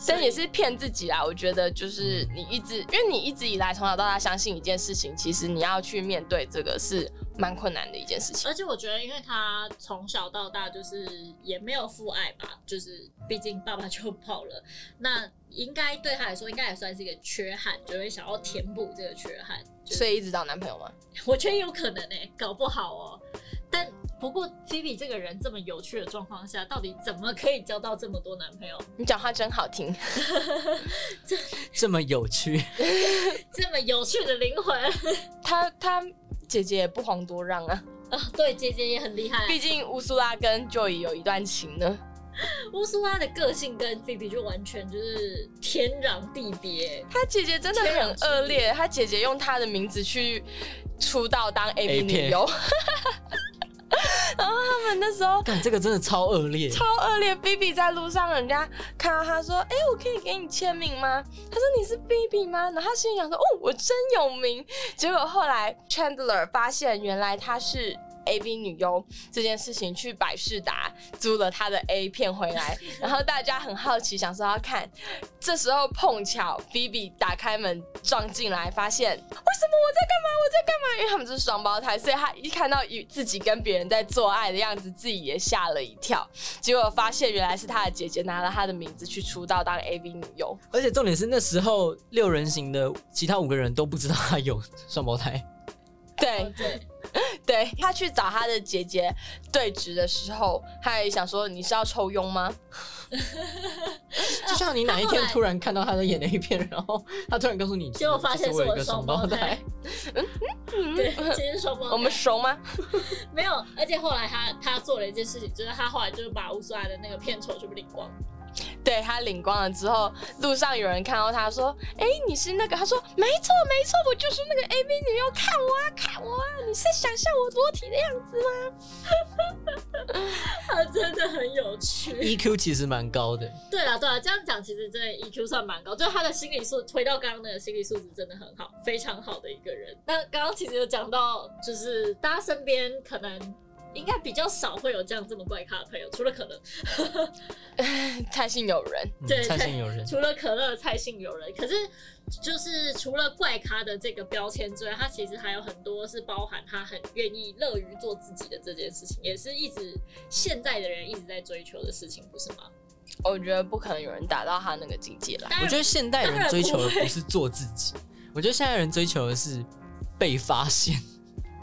[SPEAKER 4] 但也是骗自己啦。我觉得就是你一直，因为你一直以来从小到大相信一件事情，其实你要去面对这个是蛮困难的一件事情。
[SPEAKER 2] 而且我觉得，因为他从小到大就是也没有父爱吧，就是毕竟爸爸就跑了，那应该对他来说应该也算是一个缺憾，就会想要填补这个缺憾。就是
[SPEAKER 4] 所以一直找男朋友吗？
[SPEAKER 2] 我觉得有可能呢、搞不好哦。但不过菲比这个人这么有趣的状况下，到底怎么可以交到这么多男朋友？
[SPEAKER 4] 你讲话真好听，
[SPEAKER 3] 这么有趣，
[SPEAKER 2] 这么有趣的灵魂
[SPEAKER 4] 她她姐姐也不遑多让啊，
[SPEAKER 2] 啊！对，姐姐也很厉害。啊
[SPEAKER 4] 毕竟乌苏拉跟 Joy 有一段情呢。
[SPEAKER 2] 乌苏拉的个性跟菲比就完全就是天壤地别。
[SPEAKER 4] 她姐姐真的很恶劣，她姐姐用她的名字去出道当 A
[SPEAKER 3] A
[SPEAKER 4] P
[SPEAKER 3] 片
[SPEAKER 4] 女优， 然后他们那时候
[SPEAKER 3] 干这个真的超恶劣，
[SPEAKER 4] 超恶劣。B B 在路上，人家看到他说：“哎、我可以给你签名吗？”他说：“你是 B B 吗？”然后他心里想说：“哦，我真有名。”结果后来 Chandler 发现，原来他是 A B 女优这件事情，去百事达租了他的 A 片回来， 然后大家很好奇，想说要看。这时候碰巧 B B 打开门撞进来，发现为什么我在干嘛？我在干嘛？因为他们是双胞胎，所以他一看到与自己跟别人在做爱的样子，自己也吓了一跳。结果发现原来是他的姐姐拿了他的名字去出道当 AV 女优，
[SPEAKER 3] 而且重点是那时候六人行的其他五个人都不知道他有双胞胎，
[SPEAKER 4] 对嗯
[SPEAKER 2] 哦对，
[SPEAKER 4] 对，他去找他的姐姐对质的时候，他也想说你是要抽佣吗？
[SPEAKER 3] 就像你哪一
[SPEAKER 2] 啊
[SPEAKER 3] 天突然看到他在演 A 片，然后他突然告 诉你，
[SPEAKER 2] 结果发现
[SPEAKER 3] 其
[SPEAKER 2] 是
[SPEAKER 3] 实我有
[SPEAKER 2] 我
[SPEAKER 3] 一
[SPEAKER 2] 的
[SPEAKER 3] 个双
[SPEAKER 2] 双
[SPEAKER 3] 胞
[SPEAKER 2] 胞
[SPEAKER 3] 胎
[SPEAKER 2] 胎，。对，其实是双胞胎。
[SPEAKER 4] 我们熟吗？
[SPEAKER 2] 没有，而且后来他他做了一件事情，就是他后来就是把乌苏拉的那个片酬全部领光。
[SPEAKER 4] 对他领光了之后，路上有人看到他说：“哎、你是那个？”他说：“没错，没错，我就是那个 AV 女优，看我啊，看我啊！你是想象我裸体的样子吗
[SPEAKER 2] 他 真的很有 趣。
[SPEAKER 3] EQ E 其实蛮高的，
[SPEAKER 2] 对了对了，这样讲其实真的 EQ 算蛮高，就是他的心理素，回到刚刚那个心理素质真的很好，非常好的一个人。那刚刚其实有讲到，就是大家身边可能。应该比较少会有这样这么怪咖的朋友，除了可乐，？”
[SPEAKER 4] 蔡姓有人，
[SPEAKER 3] 嗯
[SPEAKER 2] 对
[SPEAKER 3] 蔡姓有人，
[SPEAKER 2] 除了可乐、蔡姓友人。可是，就是除了怪咖的这个标签之外，他其实还有很多是包含他很愿意、乐于做自己的这件事情，也是一直现在的人一直在追求的事情，不是吗？
[SPEAKER 4] 我觉得不可能有人达到他那个境界啦。
[SPEAKER 2] 当然
[SPEAKER 3] 我觉得现代人追求的不是做自己，我觉得现代人追求的是被发现。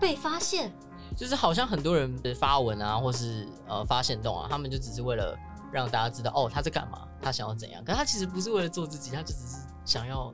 [SPEAKER 2] 被发现，
[SPEAKER 3] 就是好像很多人发文啊，或是呃发现动啊，他们就只是为了让大家知道哦他在干嘛，他想要怎样。可是他其实不是为了做自己，他就只是想要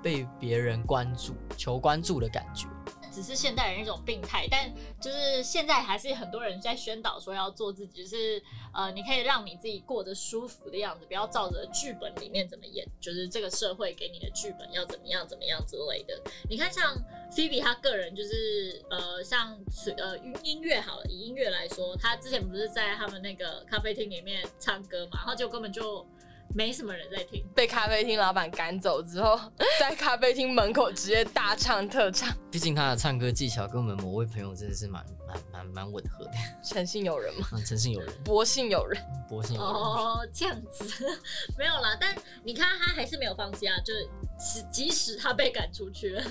[SPEAKER 3] 被别人关注，求关注的感觉。
[SPEAKER 2] 只是现代人一种病态，但就是现在还是很多人在宣导说要做自己，就是呃，你可以让你自己过得舒服的样子，不要照着剧本里面怎么演，就是这个社会给你的剧本要怎么样怎么样之类的。你看，像菲比她个人就是呃，像呃音音乐好了，以音乐来说，她之前不是在他们那个咖啡厅里面唱歌嘛，然后就根本就没什么人在听。
[SPEAKER 4] 被咖啡厅老板赶走之后，在咖啡厅门口直接大唱特唱。
[SPEAKER 3] 毕竟他的唱歌技巧跟我们某位朋友真的是蛮蛮蛮蛮吻合的，
[SPEAKER 4] 诚信有人吗？
[SPEAKER 3] 嗯诚信有人，
[SPEAKER 4] 博信有人，
[SPEAKER 3] 博信有人。
[SPEAKER 2] 哦，这样子 没有啦，但你看他还是没有放弃啊，就是即即使他被赶出去了，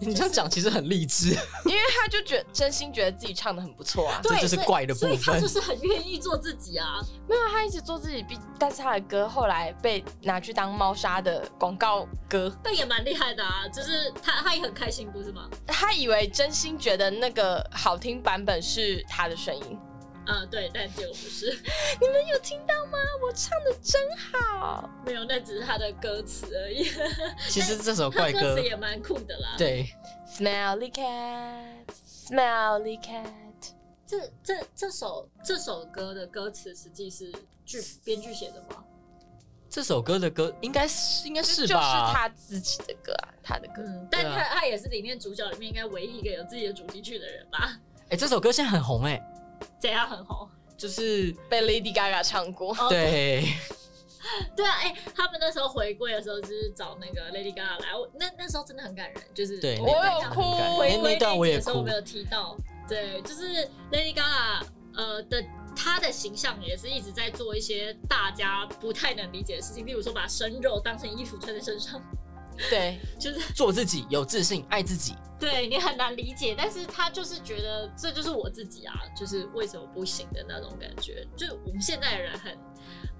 [SPEAKER 3] 你这样讲其实很励志，
[SPEAKER 4] 因为他就觉真心觉得自己唱的很不错啊。
[SPEAKER 3] 这就是
[SPEAKER 2] 所以
[SPEAKER 3] 怪的部
[SPEAKER 2] 所以他
[SPEAKER 3] 分
[SPEAKER 2] 就是很愿意做自己啊。
[SPEAKER 4] 没有，他一直做自己，毕但是他的歌后来被拿去当猫砂的广告歌。
[SPEAKER 2] 但也蛮厉害的啊，就是他他也很开心，不是吗？
[SPEAKER 4] 他以为真心觉得那个好听版本是他的声音，
[SPEAKER 2] 啊、对，但结果不是，
[SPEAKER 4] 你们有听到吗？我唱的真好。
[SPEAKER 2] 没有，那只是他的歌词而已。
[SPEAKER 3] 其实这首
[SPEAKER 2] 他
[SPEAKER 3] 怪
[SPEAKER 2] 歌
[SPEAKER 3] 歌
[SPEAKER 2] 词，也蛮酷的啦。，
[SPEAKER 3] 对，
[SPEAKER 4] Smelly cat, smelly cat。
[SPEAKER 2] 这这这首这首歌的歌词实际是剧编剧写的吗？
[SPEAKER 3] 这首歌的歌应该是应该
[SPEAKER 4] 这
[SPEAKER 3] 是
[SPEAKER 4] 就是
[SPEAKER 3] 吧？
[SPEAKER 4] 他自己的歌啊，他的歌。
[SPEAKER 2] 嗯，但
[SPEAKER 3] 对啊
[SPEAKER 2] 他、他也是里面主角里面应该唯一一个有自己的主题曲的人吧？
[SPEAKER 3] 哎、这首歌现在很红哎、
[SPEAKER 2] 怎样很红？
[SPEAKER 3] 就是
[SPEAKER 4] 被 Lady Gaga 唱过，
[SPEAKER 2] 哦
[SPEAKER 3] 对。
[SPEAKER 2] 对啊，哎、他们那时候回归的时候，就是找那个 Lady Gaga 来，我那那时候真的很感人，就是
[SPEAKER 3] 对，
[SPEAKER 2] 我
[SPEAKER 4] 那段
[SPEAKER 2] 有
[SPEAKER 4] 讲
[SPEAKER 2] 哭，
[SPEAKER 4] 很感人
[SPEAKER 2] 回
[SPEAKER 3] 那
[SPEAKER 2] 归
[SPEAKER 3] 那段我
[SPEAKER 2] 集
[SPEAKER 3] 也
[SPEAKER 2] 的时候
[SPEAKER 3] 哭
[SPEAKER 2] 没。有提到，对，就是 Lady Gaga 呃的他的形象也是一直在做一些大家不太能理解的事情，例如说把生肉当成衣服穿在身上，
[SPEAKER 4] 对，
[SPEAKER 2] 就是
[SPEAKER 3] 做自己，有自信，爱自 己。
[SPEAKER 2] 对你很难理解，但是他就是觉得这就是我自己啊，就是为什么不行的那种感觉。就我们现在的人很，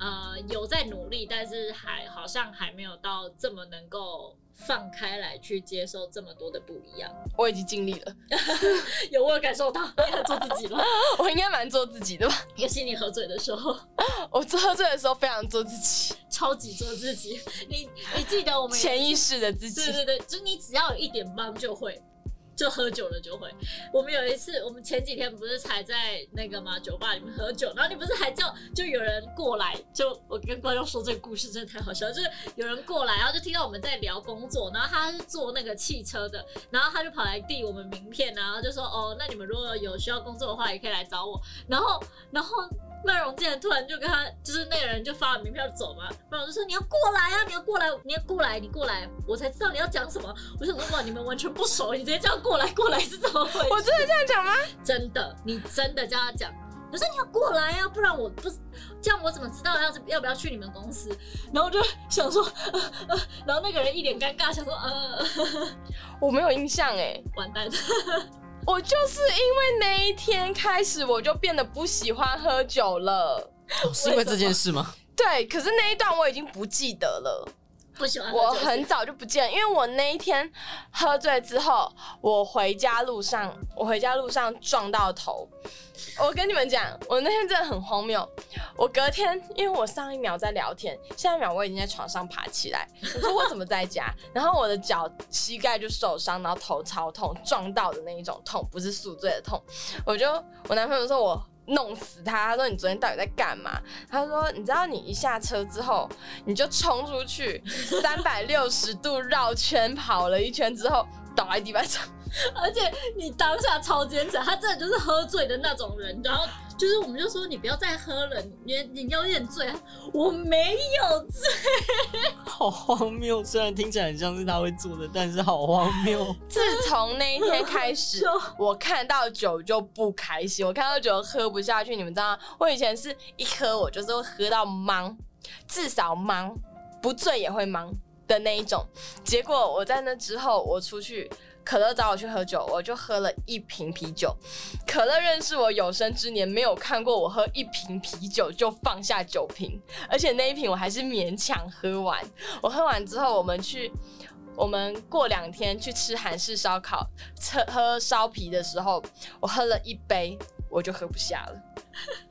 [SPEAKER 2] 呃，有在努力，但是还好像还没有到这么能够放开来去接受这么多的不一样。
[SPEAKER 4] 我已经尽力了，
[SPEAKER 2] 有我有感受到， 你很做自己了，
[SPEAKER 4] 我应该蛮做自己的吧？
[SPEAKER 2] 尤其你喝醉的时候，
[SPEAKER 4] 我喝醉的时候非常做自己，
[SPEAKER 2] 超级做自己。 你你记得我们有一次
[SPEAKER 4] 潜意识的自己。
[SPEAKER 2] 对对对，就你只要有一点忙就会，就喝酒了就会。我们有一次，我们前几天不是才在那个嘛酒吧里面喝酒，然后你不是还叫就有人过来，就我跟观众说这个故事真的太好笑了，就是有人过来，然后就听到我们在聊工作，然后他是做那个汽车的，然后他就跑来递我们名片啊，然后就说哦，那你们如果有需要工作的话，也可以来找我。然后然后曼荣竟然突然就跟他，就是那个人就发了名票走嘛，曼荣就说你要过来啊，你要过来，你要过来，你过来，我才知道你要讲什么。我想说哇，你们完全不熟，你直接这样过来过来是怎么回
[SPEAKER 4] 我
[SPEAKER 2] 事？
[SPEAKER 4] 真的这样讲吗？
[SPEAKER 2] 真的，你真的叫他讲。啊我说你要过来啊，不然我不这样我怎么知道要要不要去你们公司？然后我就想说、呃呃然后那个人一脸尴尬，想说呃，呃
[SPEAKER 4] 我没有印象哎、
[SPEAKER 2] 完蛋，
[SPEAKER 4] 我就是因为那一天开始，我就变得不喜欢喝酒了。
[SPEAKER 3] 哦是因为这件事吗？
[SPEAKER 4] 对，可是那一段我已经不记得了，
[SPEAKER 2] 不喜欢喝酒
[SPEAKER 4] 我很早就不记得，因为我那一天喝醉之后，我回家路上，我回家路上撞到头。我跟你们讲，我那天真的很荒谬。我隔天，因为我上一秒在聊天，下一秒我已经在床上爬起来。我说我怎么在家？ 然后我的脚膝盖就受伤，然后头超痛，撞到的那一种痛，不是宿醉的痛。我就我男朋友说我弄死他，他说你昨天到底在干嘛？他说你知道你一下车之后，你就冲出去 三百六十度绕圈跑了一圈之后倒在地板上。
[SPEAKER 2] 而且你当下超坚持，他真的就是喝醉的那种人，然后就是我们就说你不要再喝了，你你有点醉，我没有醉，
[SPEAKER 3] 好荒谬！虽然听起来很像是他会做的，但是好荒谬。
[SPEAKER 4] 自从那一天开 始
[SPEAKER 2] 好，
[SPEAKER 4] 我看到酒就不开心，我看到酒喝不下去。你们知道吗，我以前是一喝我就是会喝到懵，至少懵，不醉也会懵的那一种。结果我在那之后，我出去。可乐找我去喝酒，我就喝了一瓶啤酒。可乐认识我有生之年没有看过我喝一瓶啤酒就放下酒瓶，而且那一瓶我还是勉强喝完。我喝完之后，我们去， 我们过两天去吃韩式烧烤，吃喝烧啤的时候，我喝了一杯，我就喝不下了。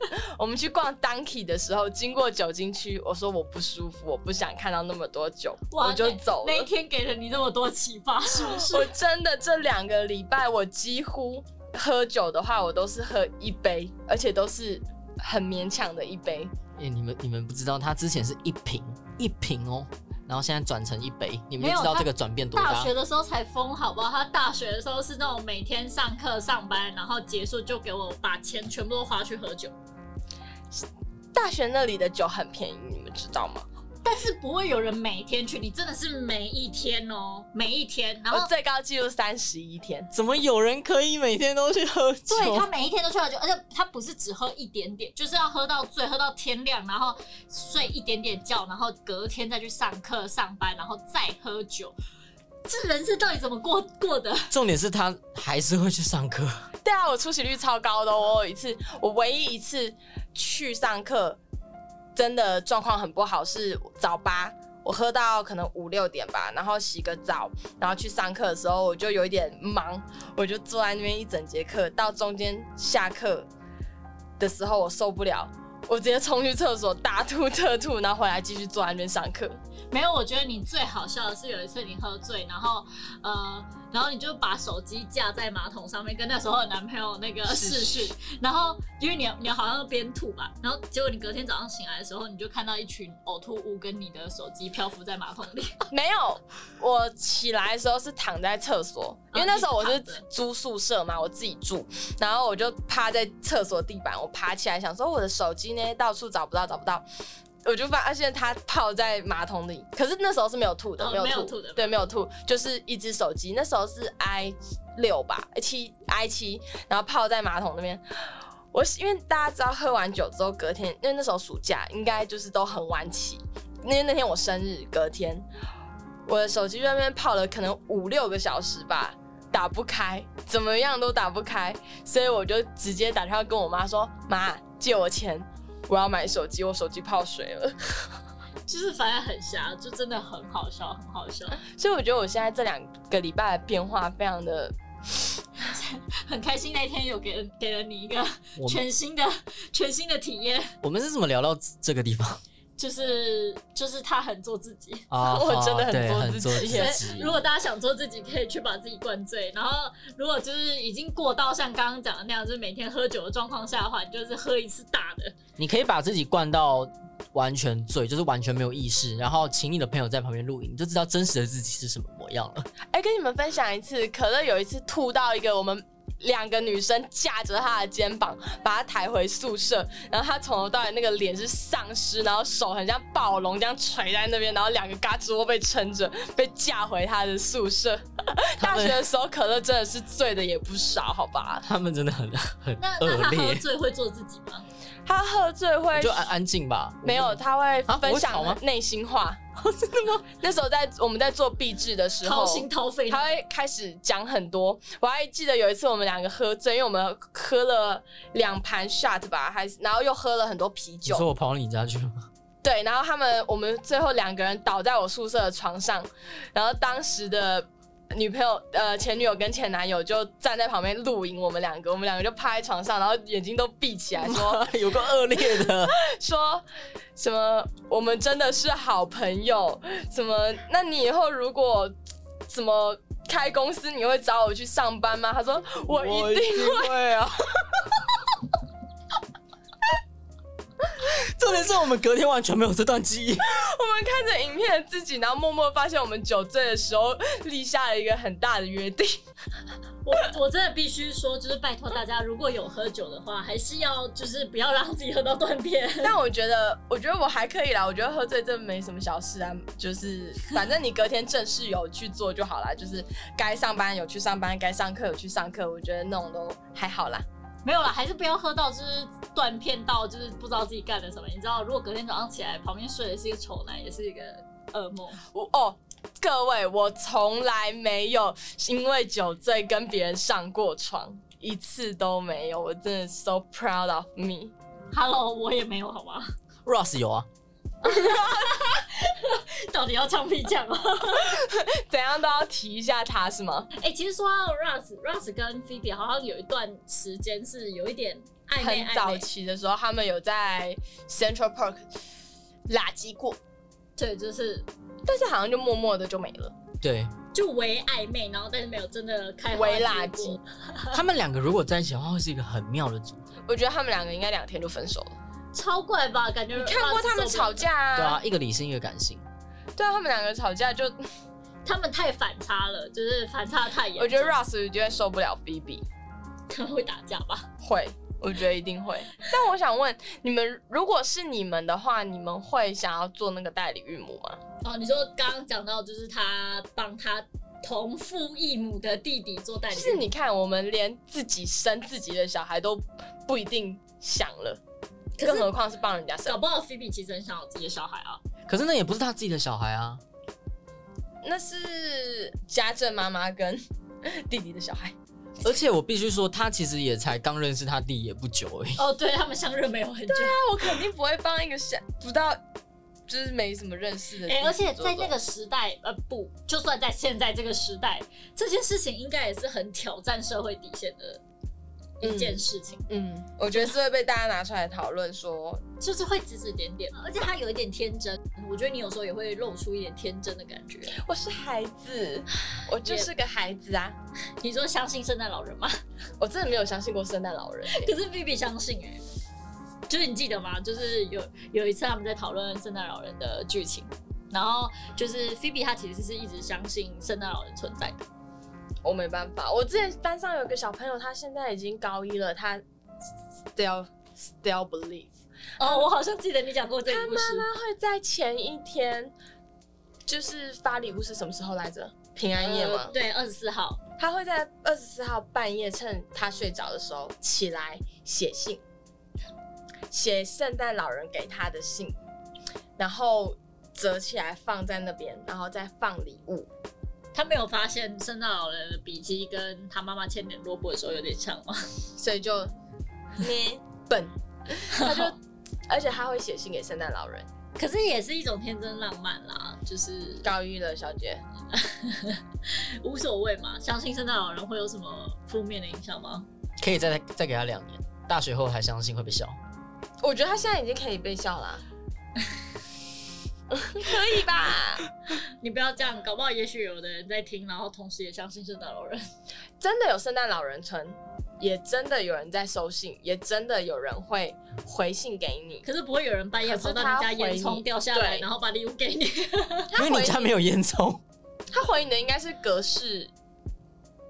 [SPEAKER 4] 我们去逛 Donkey 的时候，经过酒精区，我说我不舒服，我不想看到那么多酒，我就走
[SPEAKER 2] 那一
[SPEAKER 4] 了。
[SPEAKER 2] 天给了你这么多启发，是不 是？
[SPEAKER 4] 我真的这两个礼拜，我几乎喝酒的话，我都是喝一杯，而且都是很勉强的一杯。
[SPEAKER 3] 哎、你们你们不知道，他之前是一瓶一瓶哦，然后现在转成一杯，你们
[SPEAKER 2] 没
[SPEAKER 3] 就
[SPEAKER 2] 有
[SPEAKER 3] 知道
[SPEAKER 2] 他
[SPEAKER 3] 这个转变多
[SPEAKER 2] 大
[SPEAKER 3] 大
[SPEAKER 2] 学。的时候才疯，好不好？他大学的时候是那种每天上课上班，然后结束就给我把钱全部都花去喝酒，
[SPEAKER 4] 大学那里的酒很便宜，你们知道吗？
[SPEAKER 2] 但是不会有人每天去，你真的是每一天哦，每一天，然后
[SPEAKER 4] 我最高记录三十一天。
[SPEAKER 3] 怎么有人可以每天都去喝酒？
[SPEAKER 2] 对他每一天都去喝酒，而且他不是只喝一点点，就是要喝到醉，喝到天亮，然后睡一点点觉，然后隔天再去上课、上班，然后再喝酒。这人生到底怎么过过的？
[SPEAKER 3] 重点是他还是会去上课。
[SPEAKER 4] 对啊，我出席率超高的哦。我有一次，我唯一一次去上课，真的状况很不好，是早八，我喝到可能五六点吧，然后洗个澡，然后去上课的时候，我就有一点忙，我就坐在那边一整节课，到中间下课的时候，我受不了。我直接冲去厕所大吐特吐，然后回来继续坐在那边上课。
[SPEAKER 2] 没有，我觉得你最好笑的是有一次你喝醉，然后呃，然后你就把手机架在马桶上面，跟那时候的男朋友那个视讯，然后因为你你好像边吐吧，然后结果你隔天早上醒来的时候，你就看到一群呕吐物跟你的手机漂浮在马桶里。
[SPEAKER 4] 没有，我起来的时候是躺在厕所，因为那时候我是租宿舍嘛，我自己住，然后我就趴在厕所地板，我爬起来想说我的手机呢，到处找不到，找不到。我就发现它泡在马桶里，可是那时候是没有吐的，
[SPEAKER 2] 哦
[SPEAKER 4] 没有吐，
[SPEAKER 2] 没有吐的
[SPEAKER 4] 对，没有吐，就是一只手机，那时候是 i 六吧，i 七 i 七，然后泡在马桶那边，我我因为大家知道喝完酒之后隔天，因为那时候暑假应该就是都很晚起，因为那天我生日，隔天我的手机在那边泡了可能五六个小时吧，打不开，怎么样都打不开，所以我就直接打电话跟我妈说：“妈，借我钱，我要买手机，我手机泡水了。”
[SPEAKER 2] 就是反正很瞎，就真的很好笑，很好笑，
[SPEAKER 4] 所以我觉得我现在这两个礼拜的变化非常的，
[SPEAKER 2] 很开心那天有给了给了你一个
[SPEAKER 3] 我们
[SPEAKER 2] 全新的全新的体验，
[SPEAKER 3] 我们是怎么聊到这个地 方
[SPEAKER 2] 就是就是他很做自己。
[SPEAKER 3] 啊？
[SPEAKER 4] 我
[SPEAKER 3] 好
[SPEAKER 4] 真的很
[SPEAKER 3] 对
[SPEAKER 4] 做
[SPEAKER 3] 很
[SPEAKER 4] 自
[SPEAKER 3] 做
[SPEAKER 4] 己耶
[SPEAKER 3] 自己
[SPEAKER 2] 如果大家想做自己，可以去把自己灌醉。然后，如果就是已经过到像刚刚讲的那样，就是每天喝酒的状况下的话，你就是喝一次大的。
[SPEAKER 3] 你可以把自己灌到完全醉，就是完全没有意识，然后请你的朋友在旁边录影，你就知道真实的自己是什么模样了。
[SPEAKER 4] 哎、跟你们分享一次，可乐有一次吐到一个我们。两个女生架着他的肩膀，把他抬回宿舍，然后他从头到尾那个脸是丧尸，然后手很像暴龙这样垂在那边，然后两个嘎吱窝被撑着，被架回他的宿舍。
[SPEAKER 3] 他
[SPEAKER 4] 大
[SPEAKER 3] 们
[SPEAKER 4] 学的时候，可乐真的是醉的也不少，好吧？
[SPEAKER 3] 他们真的很很
[SPEAKER 2] 那那
[SPEAKER 3] 恶
[SPEAKER 2] 他喝
[SPEAKER 3] 劣，
[SPEAKER 2] 醉会做自己吗？
[SPEAKER 4] 他喝醉会
[SPEAKER 3] 就安安静吧。
[SPEAKER 4] 没有，他会
[SPEAKER 3] 啊
[SPEAKER 4] 分
[SPEAKER 3] 我会吵吗
[SPEAKER 4] 享内心话。真的吗？ 那时候在我们在做壁纸的时
[SPEAKER 2] 掏
[SPEAKER 4] 候，
[SPEAKER 2] 心掏肺，
[SPEAKER 4] 他会开始讲很多。我还记得有一次我们两个喝醉，因为我们喝了两盘 shot 吧，还是然后又喝了很多啤
[SPEAKER 3] 你说
[SPEAKER 4] 酒。
[SPEAKER 3] 我跑到你家去了吗？
[SPEAKER 4] 对，然后他们我们最后两个人倒在我宿舍的床上，然后当时的。女朋友，呃，前女友跟前男友就站在旁边录影，我们两个，我们两个就趴在床上，然后眼睛都闭起来，说
[SPEAKER 3] 有个恶劣的，
[SPEAKER 4] 说什么我们真的是好朋友，什么？那你以后如果怎么开公司，你会找我去上班吗？他说 我一定。
[SPEAKER 3] 会啊。 重点是我们隔天完全没有这段记忆，
[SPEAKER 4] 我们看着影片的自己，然后默默发现我们酒醉的时候立下了一个很大的约 定。
[SPEAKER 2] 我我真的必须说，就是拜托大家，如果有喝酒的话，还是要就是不要让自己喝到断片。
[SPEAKER 4] 但我觉得，我觉得我还可以啦。我觉得喝醉真的没什么小事啊，就是反正你隔天正事有去做就好啦，就是该上班有去上班，该上课有去上课，我觉得那种都还好啦。
[SPEAKER 2] 没有啦，还是不要喝到就是断片到就是不知道自己干了什么。你知道，如果隔天早上起来旁边睡的是一个丑男，也是一个噩梦。
[SPEAKER 4] 我哦，各位，我从来没有因为酒醉跟别人上过床，一次都没有。我真的 so proud of me。
[SPEAKER 2] Hello，我也没有好吗？
[SPEAKER 3] Ross 有啊，
[SPEAKER 2] 到底要唱屁讲吗？
[SPEAKER 4] 怎样都要提一下他是吗？
[SPEAKER 2] 哎、其实说到 Russ，Russ 跟 Phoebe 好像有一段时间是有一点暧昧
[SPEAKER 4] 很
[SPEAKER 2] 暧
[SPEAKER 4] 早
[SPEAKER 2] 昧，
[SPEAKER 4] 期的时候，他们有在 Central Park 垃圾过，
[SPEAKER 2] 对，就是
[SPEAKER 4] 但是好像就默默的就没了。
[SPEAKER 3] 对
[SPEAKER 2] 就为暧昧，然后但是没有真的开花
[SPEAKER 4] 为
[SPEAKER 2] 结
[SPEAKER 4] 垃
[SPEAKER 2] 果
[SPEAKER 4] 圾。
[SPEAKER 3] 他们两个如果在一起的话，会是一个很妙的组合。
[SPEAKER 4] 我觉得他们两个应该两天就分手了。
[SPEAKER 2] 超怪吧？感觉
[SPEAKER 4] 你看过
[SPEAKER 2] Russ
[SPEAKER 4] 他们
[SPEAKER 2] 受不
[SPEAKER 4] 吵
[SPEAKER 2] 了，
[SPEAKER 4] 架
[SPEAKER 3] 对
[SPEAKER 4] 啊
[SPEAKER 3] 啊？，一个理性，一个感性。
[SPEAKER 4] 对啊，他们两个吵架就，
[SPEAKER 2] 他们太反差了，就是反差得太严重。
[SPEAKER 4] 我觉得 Russ 一定会受不了 Phoebe。
[SPEAKER 2] 他们会打架吧？
[SPEAKER 4] 会，我觉得一定会。但我想问你们，如果是你们的话，你们会想要做那个代理孕母吗？
[SPEAKER 2] 哦，你说刚刚讲到就是他帮他同父异母的弟弟做代理，
[SPEAKER 4] 就是你看，我们连自己生自己的小孩都不一定想了，
[SPEAKER 2] 可是
[SPEAKER 4] 更何况是帮人家
[SPEAKER 2] 搞
[SPEAKER 4] 生。
[SPEAKER 2] 不好菲比其实很想有自己的小孩啊。
[SPEAKER 3] 可是那也不是他自己的小孩 啊，
[SPEAKER 4] 那是家政妈妈跟 弟弟的小孩，
[SPEAKER 3] 而且我必须说，他其实也才刚认识他弟也不久而已。
[SPEAKER 2] 哦，对他啊们相认没有很久，
[SPEAKER 4] 那我肯定不会帮一个小不到。就是没什么认识的弟
[SPEAKER 2] 哎、
[SPEAKER 4] 弟
[SPEAKER 2] 而且
[SPEAKER 4] 做
[SPEAKER 2] 在
[SPEAKER 4] 这
[SPEAKER 2] 那
[SPEAKER 4] 种
[SPEAKER 2] 个时代，呃，不，就算在现在这个时代，这件事情应该也是很挑战社会底线的一件事情，
[SPEAKER 4] 嗯，我觉得是会被大家拿出来讨论说，
[SPEAKER 2] 就是会指指点点，而且他有一点天真，我觉得你有时候也会露出一点天真的感觉。
[SPEAKER 4] 我是孩子，我就是个孩子啊，
[SPEAKER 2] 你说相信圣诞老人吗？
[SPEAKER 4] 我真的没有相信过圣诞老人、
[SPEAKER 2] 可是 B B 相信哎、就是你记得吗？就是有有一次他们在讨论圣诞老人的剧情，然后就是菲比她其实是一直相信圣诞老人存在的，
[SPEAKER 4] 我没办法。我之前班上有个小朋友，他现在已经高一了，他 still still believe。
[SPEAKER 2] 哦，我好像记得你讲过这
[SPEAKER 4] 他
[SPEAKER 2] 个故
[SPEAKER 4] 妈
[SPEAKER 2] 事。呃
[SPEAKER 4] 妈会在前一天，就是发礼物是什么时候来着？平安夜吗？
[SPEAKER 2] 呃对，二十四号。
[SPEAKER 4] 他会在二十四号半夜趁他睡着的时候起来写信，写圣诞老人给他的信，然后折起来放在那边，然后再放礼物。
[SPEAKER 2] 他没有发现圣诞老人的笔记跟他妈妈签联络簿的时候有点像吗？
[SPEAKER 4] 所以就捏 笨，他就 而且他会写信给圣诞老人。
[SPEAKER 2] 可是也是一种天真浪漫啦，就是
[SPEAKER 4] 高一了，小姐，
[SPEAKER 2] 无所谓嘛。相信圣诞老人会有什么负面的影响吗？
[SPEAKER 3] 可以再再给他两年，大学后还相信会被笑。
[SPEAKER 4] 我觉得他现在已经可以被笑啦，可以吧？
[SPEAKER 2] 你不要这样，搞不好也许有的人在听，然后同时也相信圣诞老人。
[SPEAKER 4] 真的有圣诞老人村，也真的有人在收信，也真的有人会回信给你。
[SPEAKER 2] 可是不会有人半夜
[SPEAKER 4] 可是
[SPEAKER 2] 跑到
[SPEAKER 4] 他
[SPEAKER 2] 你家烟
[SPEAKER 4] 回
[SPEAKER 2] 囱
[SPEAKER 4] 你
[SPEAKER 2] 掉下来，
[SPEAKER 4] 对
[SPEAKER 2] 然后把礼物给你。
[SPEAKER 3] 因
[SPEAKER 4] 他
[SPEAKER 3] 为你
[SPEAKER 4] 回
[SPEAKER 3] 家没有烟囱，
[SPEAKER 4] 他回你的应该是格式，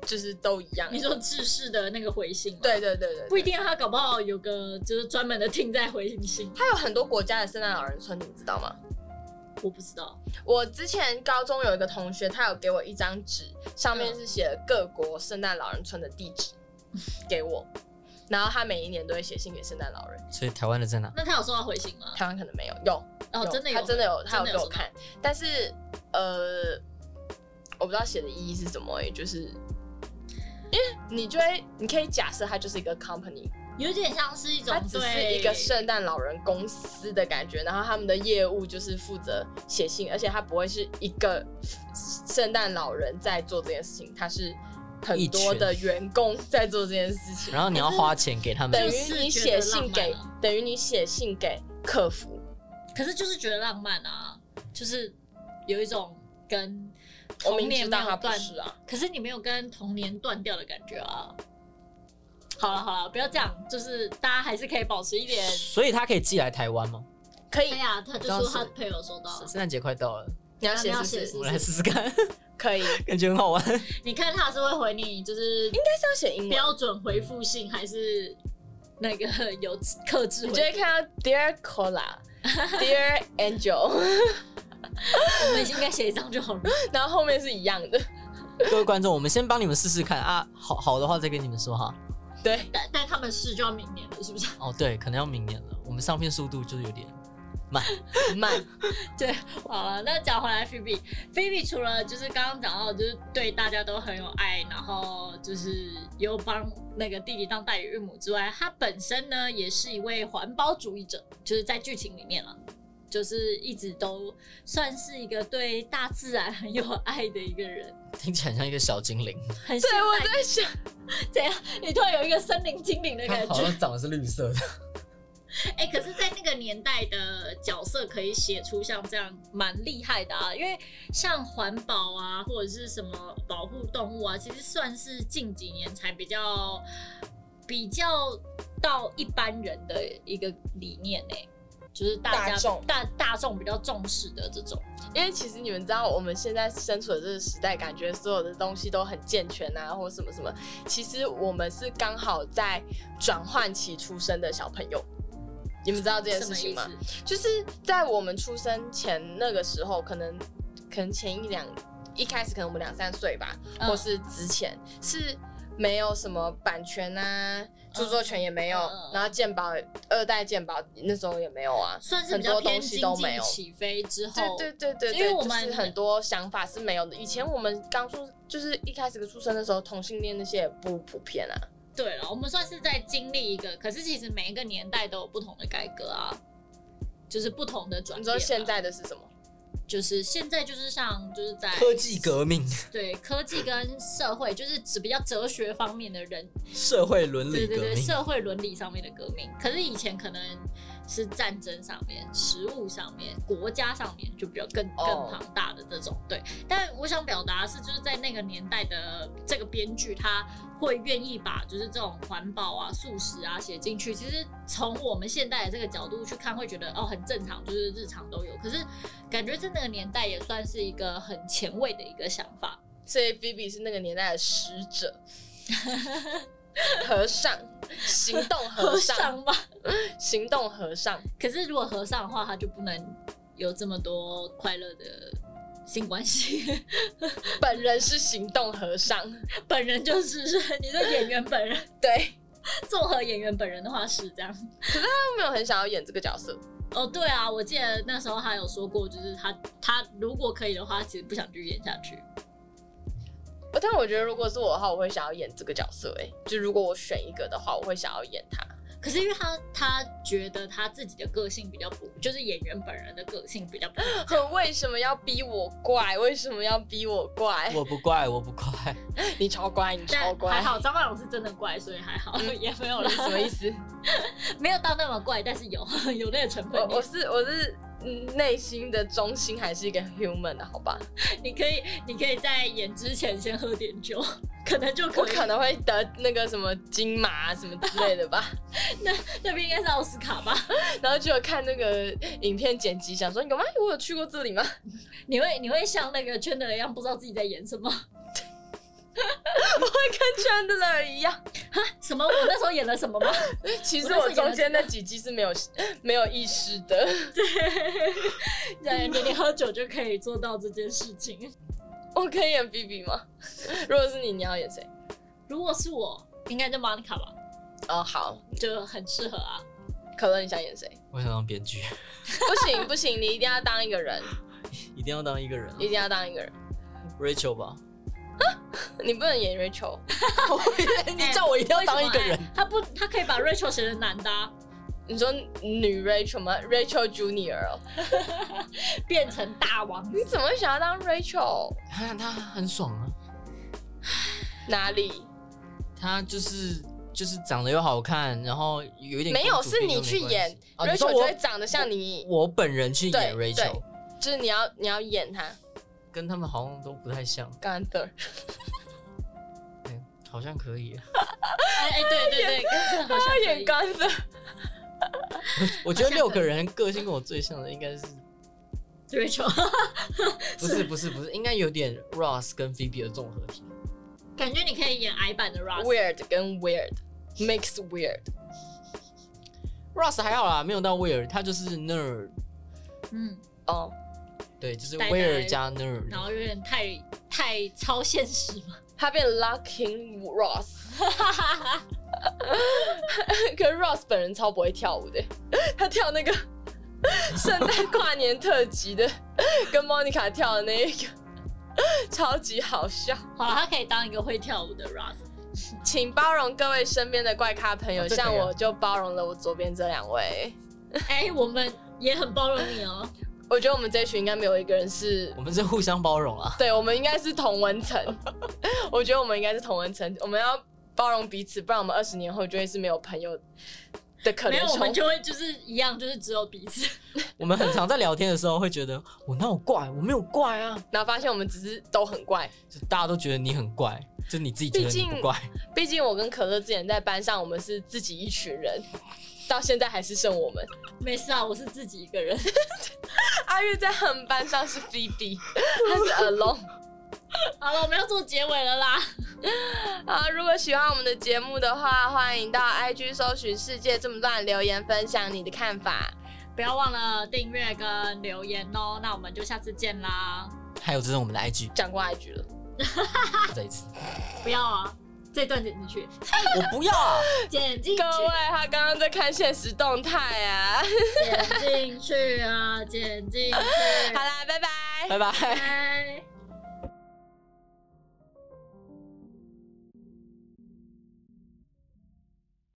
[SPEAKER 4] 就是都一样。
[SPEAKER 2] 你说制式的那个回信吗？，
[SPEAKER 4] 对对对对，对
[SPEAKER 2] 不一。定啊，他搞不好有个就是专门的听在回信。
[SPEAKER 4] 他有很多国家的圣诞老人村，你们知道吗？
[SPEAKER 2] 我不知道，
[SPEAKER 4] 我之前高中有一个同学，他有给我一张纸，上面是写了各国圣诞老人村的地 址给我，然后他每一年都会写信给圣诞老人。
[SPEAKER 3] 所以台湾的在哪？
[SPEAKER 2] 那他有收到回信吗？
[SPEAKER 4] 台湾可能没有，有
[SPEAKER 2] 哦，真的有，
[SPEAKER 4] 他真的有，他有给
[SPEAKER 2] 真的有
[SPEAKER 4] 我看，但是呃，我不知道写的意义是什么、欸，就是因为你就会，你可以假设它就是一个 company，
[SPEAKER 2] 有点像是一种
[SPEAKER 4] 它只是
[SPEAKER 2] 对
[SPEAKER 4] 一个圣诞老人公司的感觉，然后他们的业务就是负责写信，而且它不会是一个圣诞老人在做这件事情，它是很多的员工在做这件事情，
[SPEAKER 3] 然后你要花钱给他们
[SPEAKER 4] 等于
[SPEAKER 2] 就是
[SPEAKER 4] 你
[SPEAKER 2] 觉
[SPEAKER 4] 写
[SPEAKER 2] 得
[SPEAKER 4] 信
[SPEAKER 2] 浪漫
[SPEAKER 4] 给
[SPEAKER 2] 啊，
[SPEAKER 4] 等于你写信给客服，
[SPEAKER 2] 可是就是觉得浪漫啊，就是有一种跟
[SPEAKER 4] 我
[SPEAKER 2] 童
[SPEAKER 4] 明
[SPEAKER 2] 年
[SPEAKER 4] 知
[SPEAKER 2] 没
[SPEAKER 4] 道
[SPEAKER 2] 有
[SPEAKER 4] 他不
[SPEAKER 2] 断，
[SPEAKER 4] 是啊。
[SPEAKER 2] 可是你没有跟童年断掉的感觉啊。好了好了，不要这样，就是大家还是可以保持一点。
[SPEAKER 3] 所以他可以寄来台湾吗？
[SPEAKER 4] 可以
[SPEAKER 2] 哎，呀，他就
[SPEAKER 3] 这样
[SPEAKER 2] 说
[SPEAKER 3] 是
[SPEAKER 2] 他朋友收到了，
[SPEAKER 3] 圣诞节快到了，
[SPEAKER 4] 你要写
[SPEAKER 2] 你要
[SPEAKER 4] 是不
[SPEAKER 2] 写
[SPEAKER 4] 是
[SPEAKER 2] 是？
[SPEAKER 3] 我们来试试看，
[SPEAKER 4] 可以，
[SPEAKER 3] 感觉很好玩。
[SPEAKER 2] 你看他是会回你，就是
[SPEAKER 4] 应该是要写英文。
[SPEAKER 2] 标准回复信还是那个 有克制
[SPEAKER 4] 你
[SPEAKER 2] 回
[SPEAKER 4] 就会
[SPEAKER 2] 复？
[SPEAKER 4] 看到 Dear Cola。Dear Angel，
[SPEAKER 2] 我们应该写一张就好了。
[SPEAKER 4] 然后后面是一样的，
[SPEAKER 3] 各位观众，我们先帮你们试试看啊，好好的话再跟你们说哈。
[SPEAKER 4] 对，
[SPEAKER 2] 但但他们试就要明年了，是不是？
[SPEAKER 3] 哦，对，可能要明年了，我们上片速度就是有点慢。
[SPEAKER 4] 慢，
[SPEAKER 2] 对，好了，那讲回来，Phoebe，Phoebe 除了就是刚刚讲到，就是对大家都很有爱，然后就是有帮那个弟弟当代理孕母之外，她本身呢也是一位环保主义者，就是在剧情里面了。就是一直都算是一个对大自然很有爱的一个人，
[SPEAKER 3] 听起来很像一个小精灵，
[SPEAKER 2] 很
[SPEAKER 4] 对
[SPEAKER 2] 现
[SPEAKER 4] 我
[SPEAKER 2] 代
[SPEAKER 4] 在想，
[SPEAKER 2] 怎样？你突然有一个森林精灵的感觉。
[SPEAKER 3] 长得是绿色的。
[SPEAKER 2] 哎、可是，在那个年代的角色可以写出像这样蛮厉害的啊，因为像环保啊，或者是什么保护动物啊，其实算是近几年才比较比较到一般人的一个理念呢、就是大家
[SPEAKER 4] 大众
[SPEAKER 2] 大大众比较重视的这种，
[SPEAKER 4] 因为其实你们知道，我们现在身处的这个时代，感觉所有的东西都很健全啊，或什么什么。其实我们是刚好在转换期出生的小朋友，你们知道这件
[SPEAKER 2] 什
[SPEAKER 4] 事
[SPEAKER 2] 么
[SPEAKER 4] 情
[SPEAKER 2] 意
[SPEAKER 4] 吗
[SPEAKER 2] 思？？
[SPEAKER 4] 就是在我们出生前那个时候，可能可能前一两一开始可能我们两三岁吧，
[SPEAKER 2] 嗯
[SPEAKER 4] 或是之前是没有什么版权啊，著作权也没有，
[SPEAKER 2] 嗯嗯嗯
[SPEAKER 4] 然后鉴宝二代鉴宝那时候也没有啊，
[SPEAKER 2] 算是
[SPEAKER 4] 很
[SPEAKER 2] 比
[SPEAKER 4] 多
[SPEAKER 2] 较偏
[SPEAKER 4] 东西
[SPEAKER 2] 经
[SPEAKER 4] 都没
[SPEAKER 2] 济
[SPEAKER 4] 有。
[SPEAKER 2] 起飞之后，
[SPEAKER 4] 对对对对
[SPEAKER 2] 因为
[SPEAKER 4] 对，
[SPEAKER 2] 我
[SPEAKER 4] 就
[SPEAKER 2] 们
[SPEAKER 4] 是很多想法是没有的。以前我们刚出，就是一开始出生的时候，同性恋那些也不普遍啊。
[SPEAKER 2] 对了，我们算是在经历一个，可是其实每一个年代都有不同的改革啊，就是不同的转
[SPEAKER 4] 你
[SPEAKER 2] 变
[SPEAKER 4] 知
[SPEAKER 2] 吧。
[SPEAKER 4] 道现在的是什么？
[SPEAKER 2] 就是现在就是像就是在
[SPEAKER 3] 科技革命、
[SPEAKER 2] 对科技跟社会就是指比较哲学方面的人，
[SPEAKER 3] 社会伦
[SPEAKER 2] 对
[SPEAKER 3] 理
[SPEAKER 2] 对
[SPEAKER 3] 革
[SPEAKER 2] 对，
[SPEAKER 3] 命，
[SPEAKER 2] 社会伦理上面的革命。可是以前可能是战争上面、食物上面、国家上面就比较更更
[SPEAKER 4] 哦
[SPEAKER 2] 庞大的这种对。但我想表达的是，就是在那个年代的这个编剧，他会愿意把就是这种环保啊、素食啊写进去。其实从我们现代的这个角度去看，会觉得哦很正常，就是日常都有。可是感觉在那个年代也算是一个很前卫的一个想法。
[SPEAKER 4] 所以 B B 是那个年代的使者， 和尚，行动 和尚，
[SPEAKER 2] 吧。
[SPEAKER 4] 行动和尚。
[SPEAKER 2] 可是如果和尚的话，他就不能有这么多快乐的性关系。
[SPEAKER 4] 本人是行动和尚，
[SPEAKER 2] 本人就是，是你的演员本人。
[SPEAKER 4] 对，
[SPEAKER 2] 综合演员本人的话是这样。
[SPEAKER 4] 他没有很想要演这个角色，
[SPEAKER 2] 哦，对啊，我记得那时候他有说过，就是他他如果可以的话，他其实不想继续演下去。
[SPEAKER 4] 呃但我觉得如果是我的话，我会想要演这个角色、欸。哎，就如果我选一个的话，我会想要演他。
[SPEAKER 2] 可是因为他他觉得他自己的个性比较不，就是演员本人的个性比较不一样。
[SPEAKER 4] 可为什么要逼我怪？为什么要逼我怪？
[SPEAKER 3] 我不怪，我不怪。
[SPEAKER 4] 你超乖，你超
[SPEAKER 2] 但
[SPEAKER 4] 乖，
[SPEAKER 2] 还好，张曼龙是真的怪，所以还 好，也没有
[SPEAKER 4] 你
[SPEAKER 2] 啦，
[SPEAKER 4] 什么意 思？
[SPEAKER 2] 没有到那么怪，但是有有 那个成分
[SPEAKER 4] 我。我是我是嗯内心的中心还是一个 human 的、好吧？
[SPEAKER 2] 你可以你可以在演之前先喝点酒，可能就可以。
[SPEAKER 4] 我可能会得那个什么金马啊什么之类的吧。
[SPEAKER 2] 那边应该是奥斯卡吧？
[SPEAKER 4] 然后就有看那个影片剪辑，想说有吗？我有去过这里吗？
[SPEAKER 2] 你会你会像那个圈的一样，不知道自己在演什么。
[SPEAKER 4] 跟 Chandler 一样。
[SPEAKER 2] 什么？我那时候演了什么吗？
[SPEAKER 4] 其实我中间那几集是没有没有意识的。
[SPEAKER 2] 对，你你喝酒就可以做到这件事情。
[SPEAKER 4] 我可以演 B B 吗？ 如果是你，你要演谁？
[SPEAKER 2] 如果是我，应该就 Monica 吧，
[SPEAKER 4] 哦，好，
[SPEAKER 2] 就很适合啊。
[SPEAKER 4] 可乐，你想演谁？
[SPEAKER 3] 我想当编剧，
[SPEAKER 4] 不行不行，你一定要当一个人，
[SPEAKER 3] 一定要当一个人啊、
[SPEAKER 4] 一定要当一个人，
[SPEAKER 3] Rachel 吧。
[SPEAKER 4] 你不能演 Rachel。
[SPEAKER 3] 你叫我一定要当一个
[SPEAKER 2] 为
[SPEAKER 3] 人
[SPEAKER 2] 什，么哎他不，他可以把 Rachel 写成男的啊、
[SPEAKER 4] 你说女 Rachel 吗？Rachel Junior 哦，
[SPEAKER 2] 变成大王子
[SPEAKER 4] 你怎么会想要当 Rachel？
[SPEAKER 2] 哎
[SPEAKER 3] 他他很爽啊，
[SPEAKER 4] 哪里？
[SPEAKER 3] 他就是就是长得又好看，然后有一点
[SPEAKER 4] 没有，
[SPEAKER 3] 公主
[SPEAKER 4] 是
[SPEAKER 3] 病
[SPEAKER 4] 你
[SPEAKER 3] 又没
[SPEAKER 4] 去
[SPEAKER 3] 关系
[SPEAKER 4] 演
[SPEAKER 3] 哦你
[SPEAKER 4] Rachel
[SPEAKER 3] 说
[SPEAKER 4] 就会
[SPEAKER 3] 我
[SPEAKER 4] 长得像你，
[SPEAKER 3] 我本人去演
[SPEAKER 4] 对
[SPEAKER 3] Rachel，
[SPEAKER 4] 就是你要你要演他。
[SPEAKER 3] 跟他们好像都不太像，
[SPEAKER 4] 甘特，
[SPEAKER 3] 哎好像可 以。
[SPEAKER 2] 哎哎，对对对，这好像
[SPEAKER 4] 他
[SPEAKER 2] 可以
[SPEAKER 4] 演甘特，
[SPEAKER 3] 我觉得
[SPEAKER 2] 好像可以
[SPEAKER 3] 六个人个性跟我最像的应 该是
[SPEAKER 2] Rachel，
[SPEAKER 3] 不是不是不是，应该有点 Ross 跟 Phoebe 的综合体。
[SPEAKER 2] 感觉你可以演矮版的 Ross。
[SPEAKER 4] weird 跟 weird makes weird。
[SPEAKER 3] Ross 还好啦，没有到威尔，他就是 nerd，
[SPEAKER 2] 嗯，
[SPEAKER 4] 哦，
[SPEAKER 3] 对，就是
[SPEAKER 2] 呆呆
[SPEAKER 3] 威尔加
[SPEAKER 2] 然
[SPEAKER 3] nerd。
[SPEAKER 2] 后有点太太超现实嘛。
[SPEAKER 4] 他变 Locking Ross，可 是 Ross 本人超不会跳舞的， 他跳那个 圣诞跨年特辑的， 跟 Monica 跳的那一个， 超级好笑。
[SPEAKER 2] 好了，他可以当一个会跳舞的 Ross。
[SPEAKER 4] 请包容各位身边的怪咖朋友，
[SPEAKER 3] 哦这可以啊
[SPEAKER 4] 像我就包容了我左边这两位。
[SPEAKER 2] 哎，我们也很包容你哦。
[SPEAKER 4] 我觉得我们这群应该没有一个人 是
[SPEAKER 3] 我们是互相包 容啊，
[SPEAKER 4] 对，我们应该是同文层。 我觉得我们应该是同文层，我们要包容彼此，不然我们二十年后就会是没有朋友的可
[SPEAKER 2] 没
[SPEAKER 4] 能
[SPEAKER 2] 有，我
[SPEAKER 4] 性
[SPEAKER 2] 们。就会就是一样，就是只有彼此。
[SPEAKER 3] 我们很常在聊天的时候会觉得我哪有怪，我没有怪啊，
[SPEAKER 4] 然后发现我们只是都很怪。
[SPEAKER 3] 就大家都觉得你很怪，就你自己觉得
[SPEAKER 4] 毕
[SPEAKER 3] 你
[SPEAKER 4] 竟
[SPEAKER 3] 不怪。
[SPEAKER 4] 毕竟我跟可乐之前在班上，我们是自己一群人， 到现在还是剩我们。
[SPEAKER 2] 没事啊，我是自己一个人。
[SPEAKER 4] 阿月在他们班上是 Phoebe，他是 Alone。
[SPEAKER 2] 好了，我们要做结尾了啦。
[SPEAKER 4] 啊，如果喜欢我们的节目的话，欢迎到 IG 搜寻“世界这么乱”留言分享你的看法。
[SPEAKER 2] 不要忘了订阅跟留言哦。那我们就下次见啦！
[SPEAKER 3] 还有就是我们 的 IG，
[SPEAKER 4] 讲过 IG 了，
[SPEAKER 3] 再一次，哎
[SPEAKER 2] 不要啊，这段剪进去，
[SPEAKER 3] 我不要啊。
[SPEAKER 2] 剪进去
[SPEAKER 4] 各，位，他刚刚在看现实动态啊。
[SPEAKER 2] 剪进去啊，剪进 去。
[SPEAKER 4] 好啦，拜拜。
[SPEAKER 3] 拜拜。
[SPEAKER 2] 拜。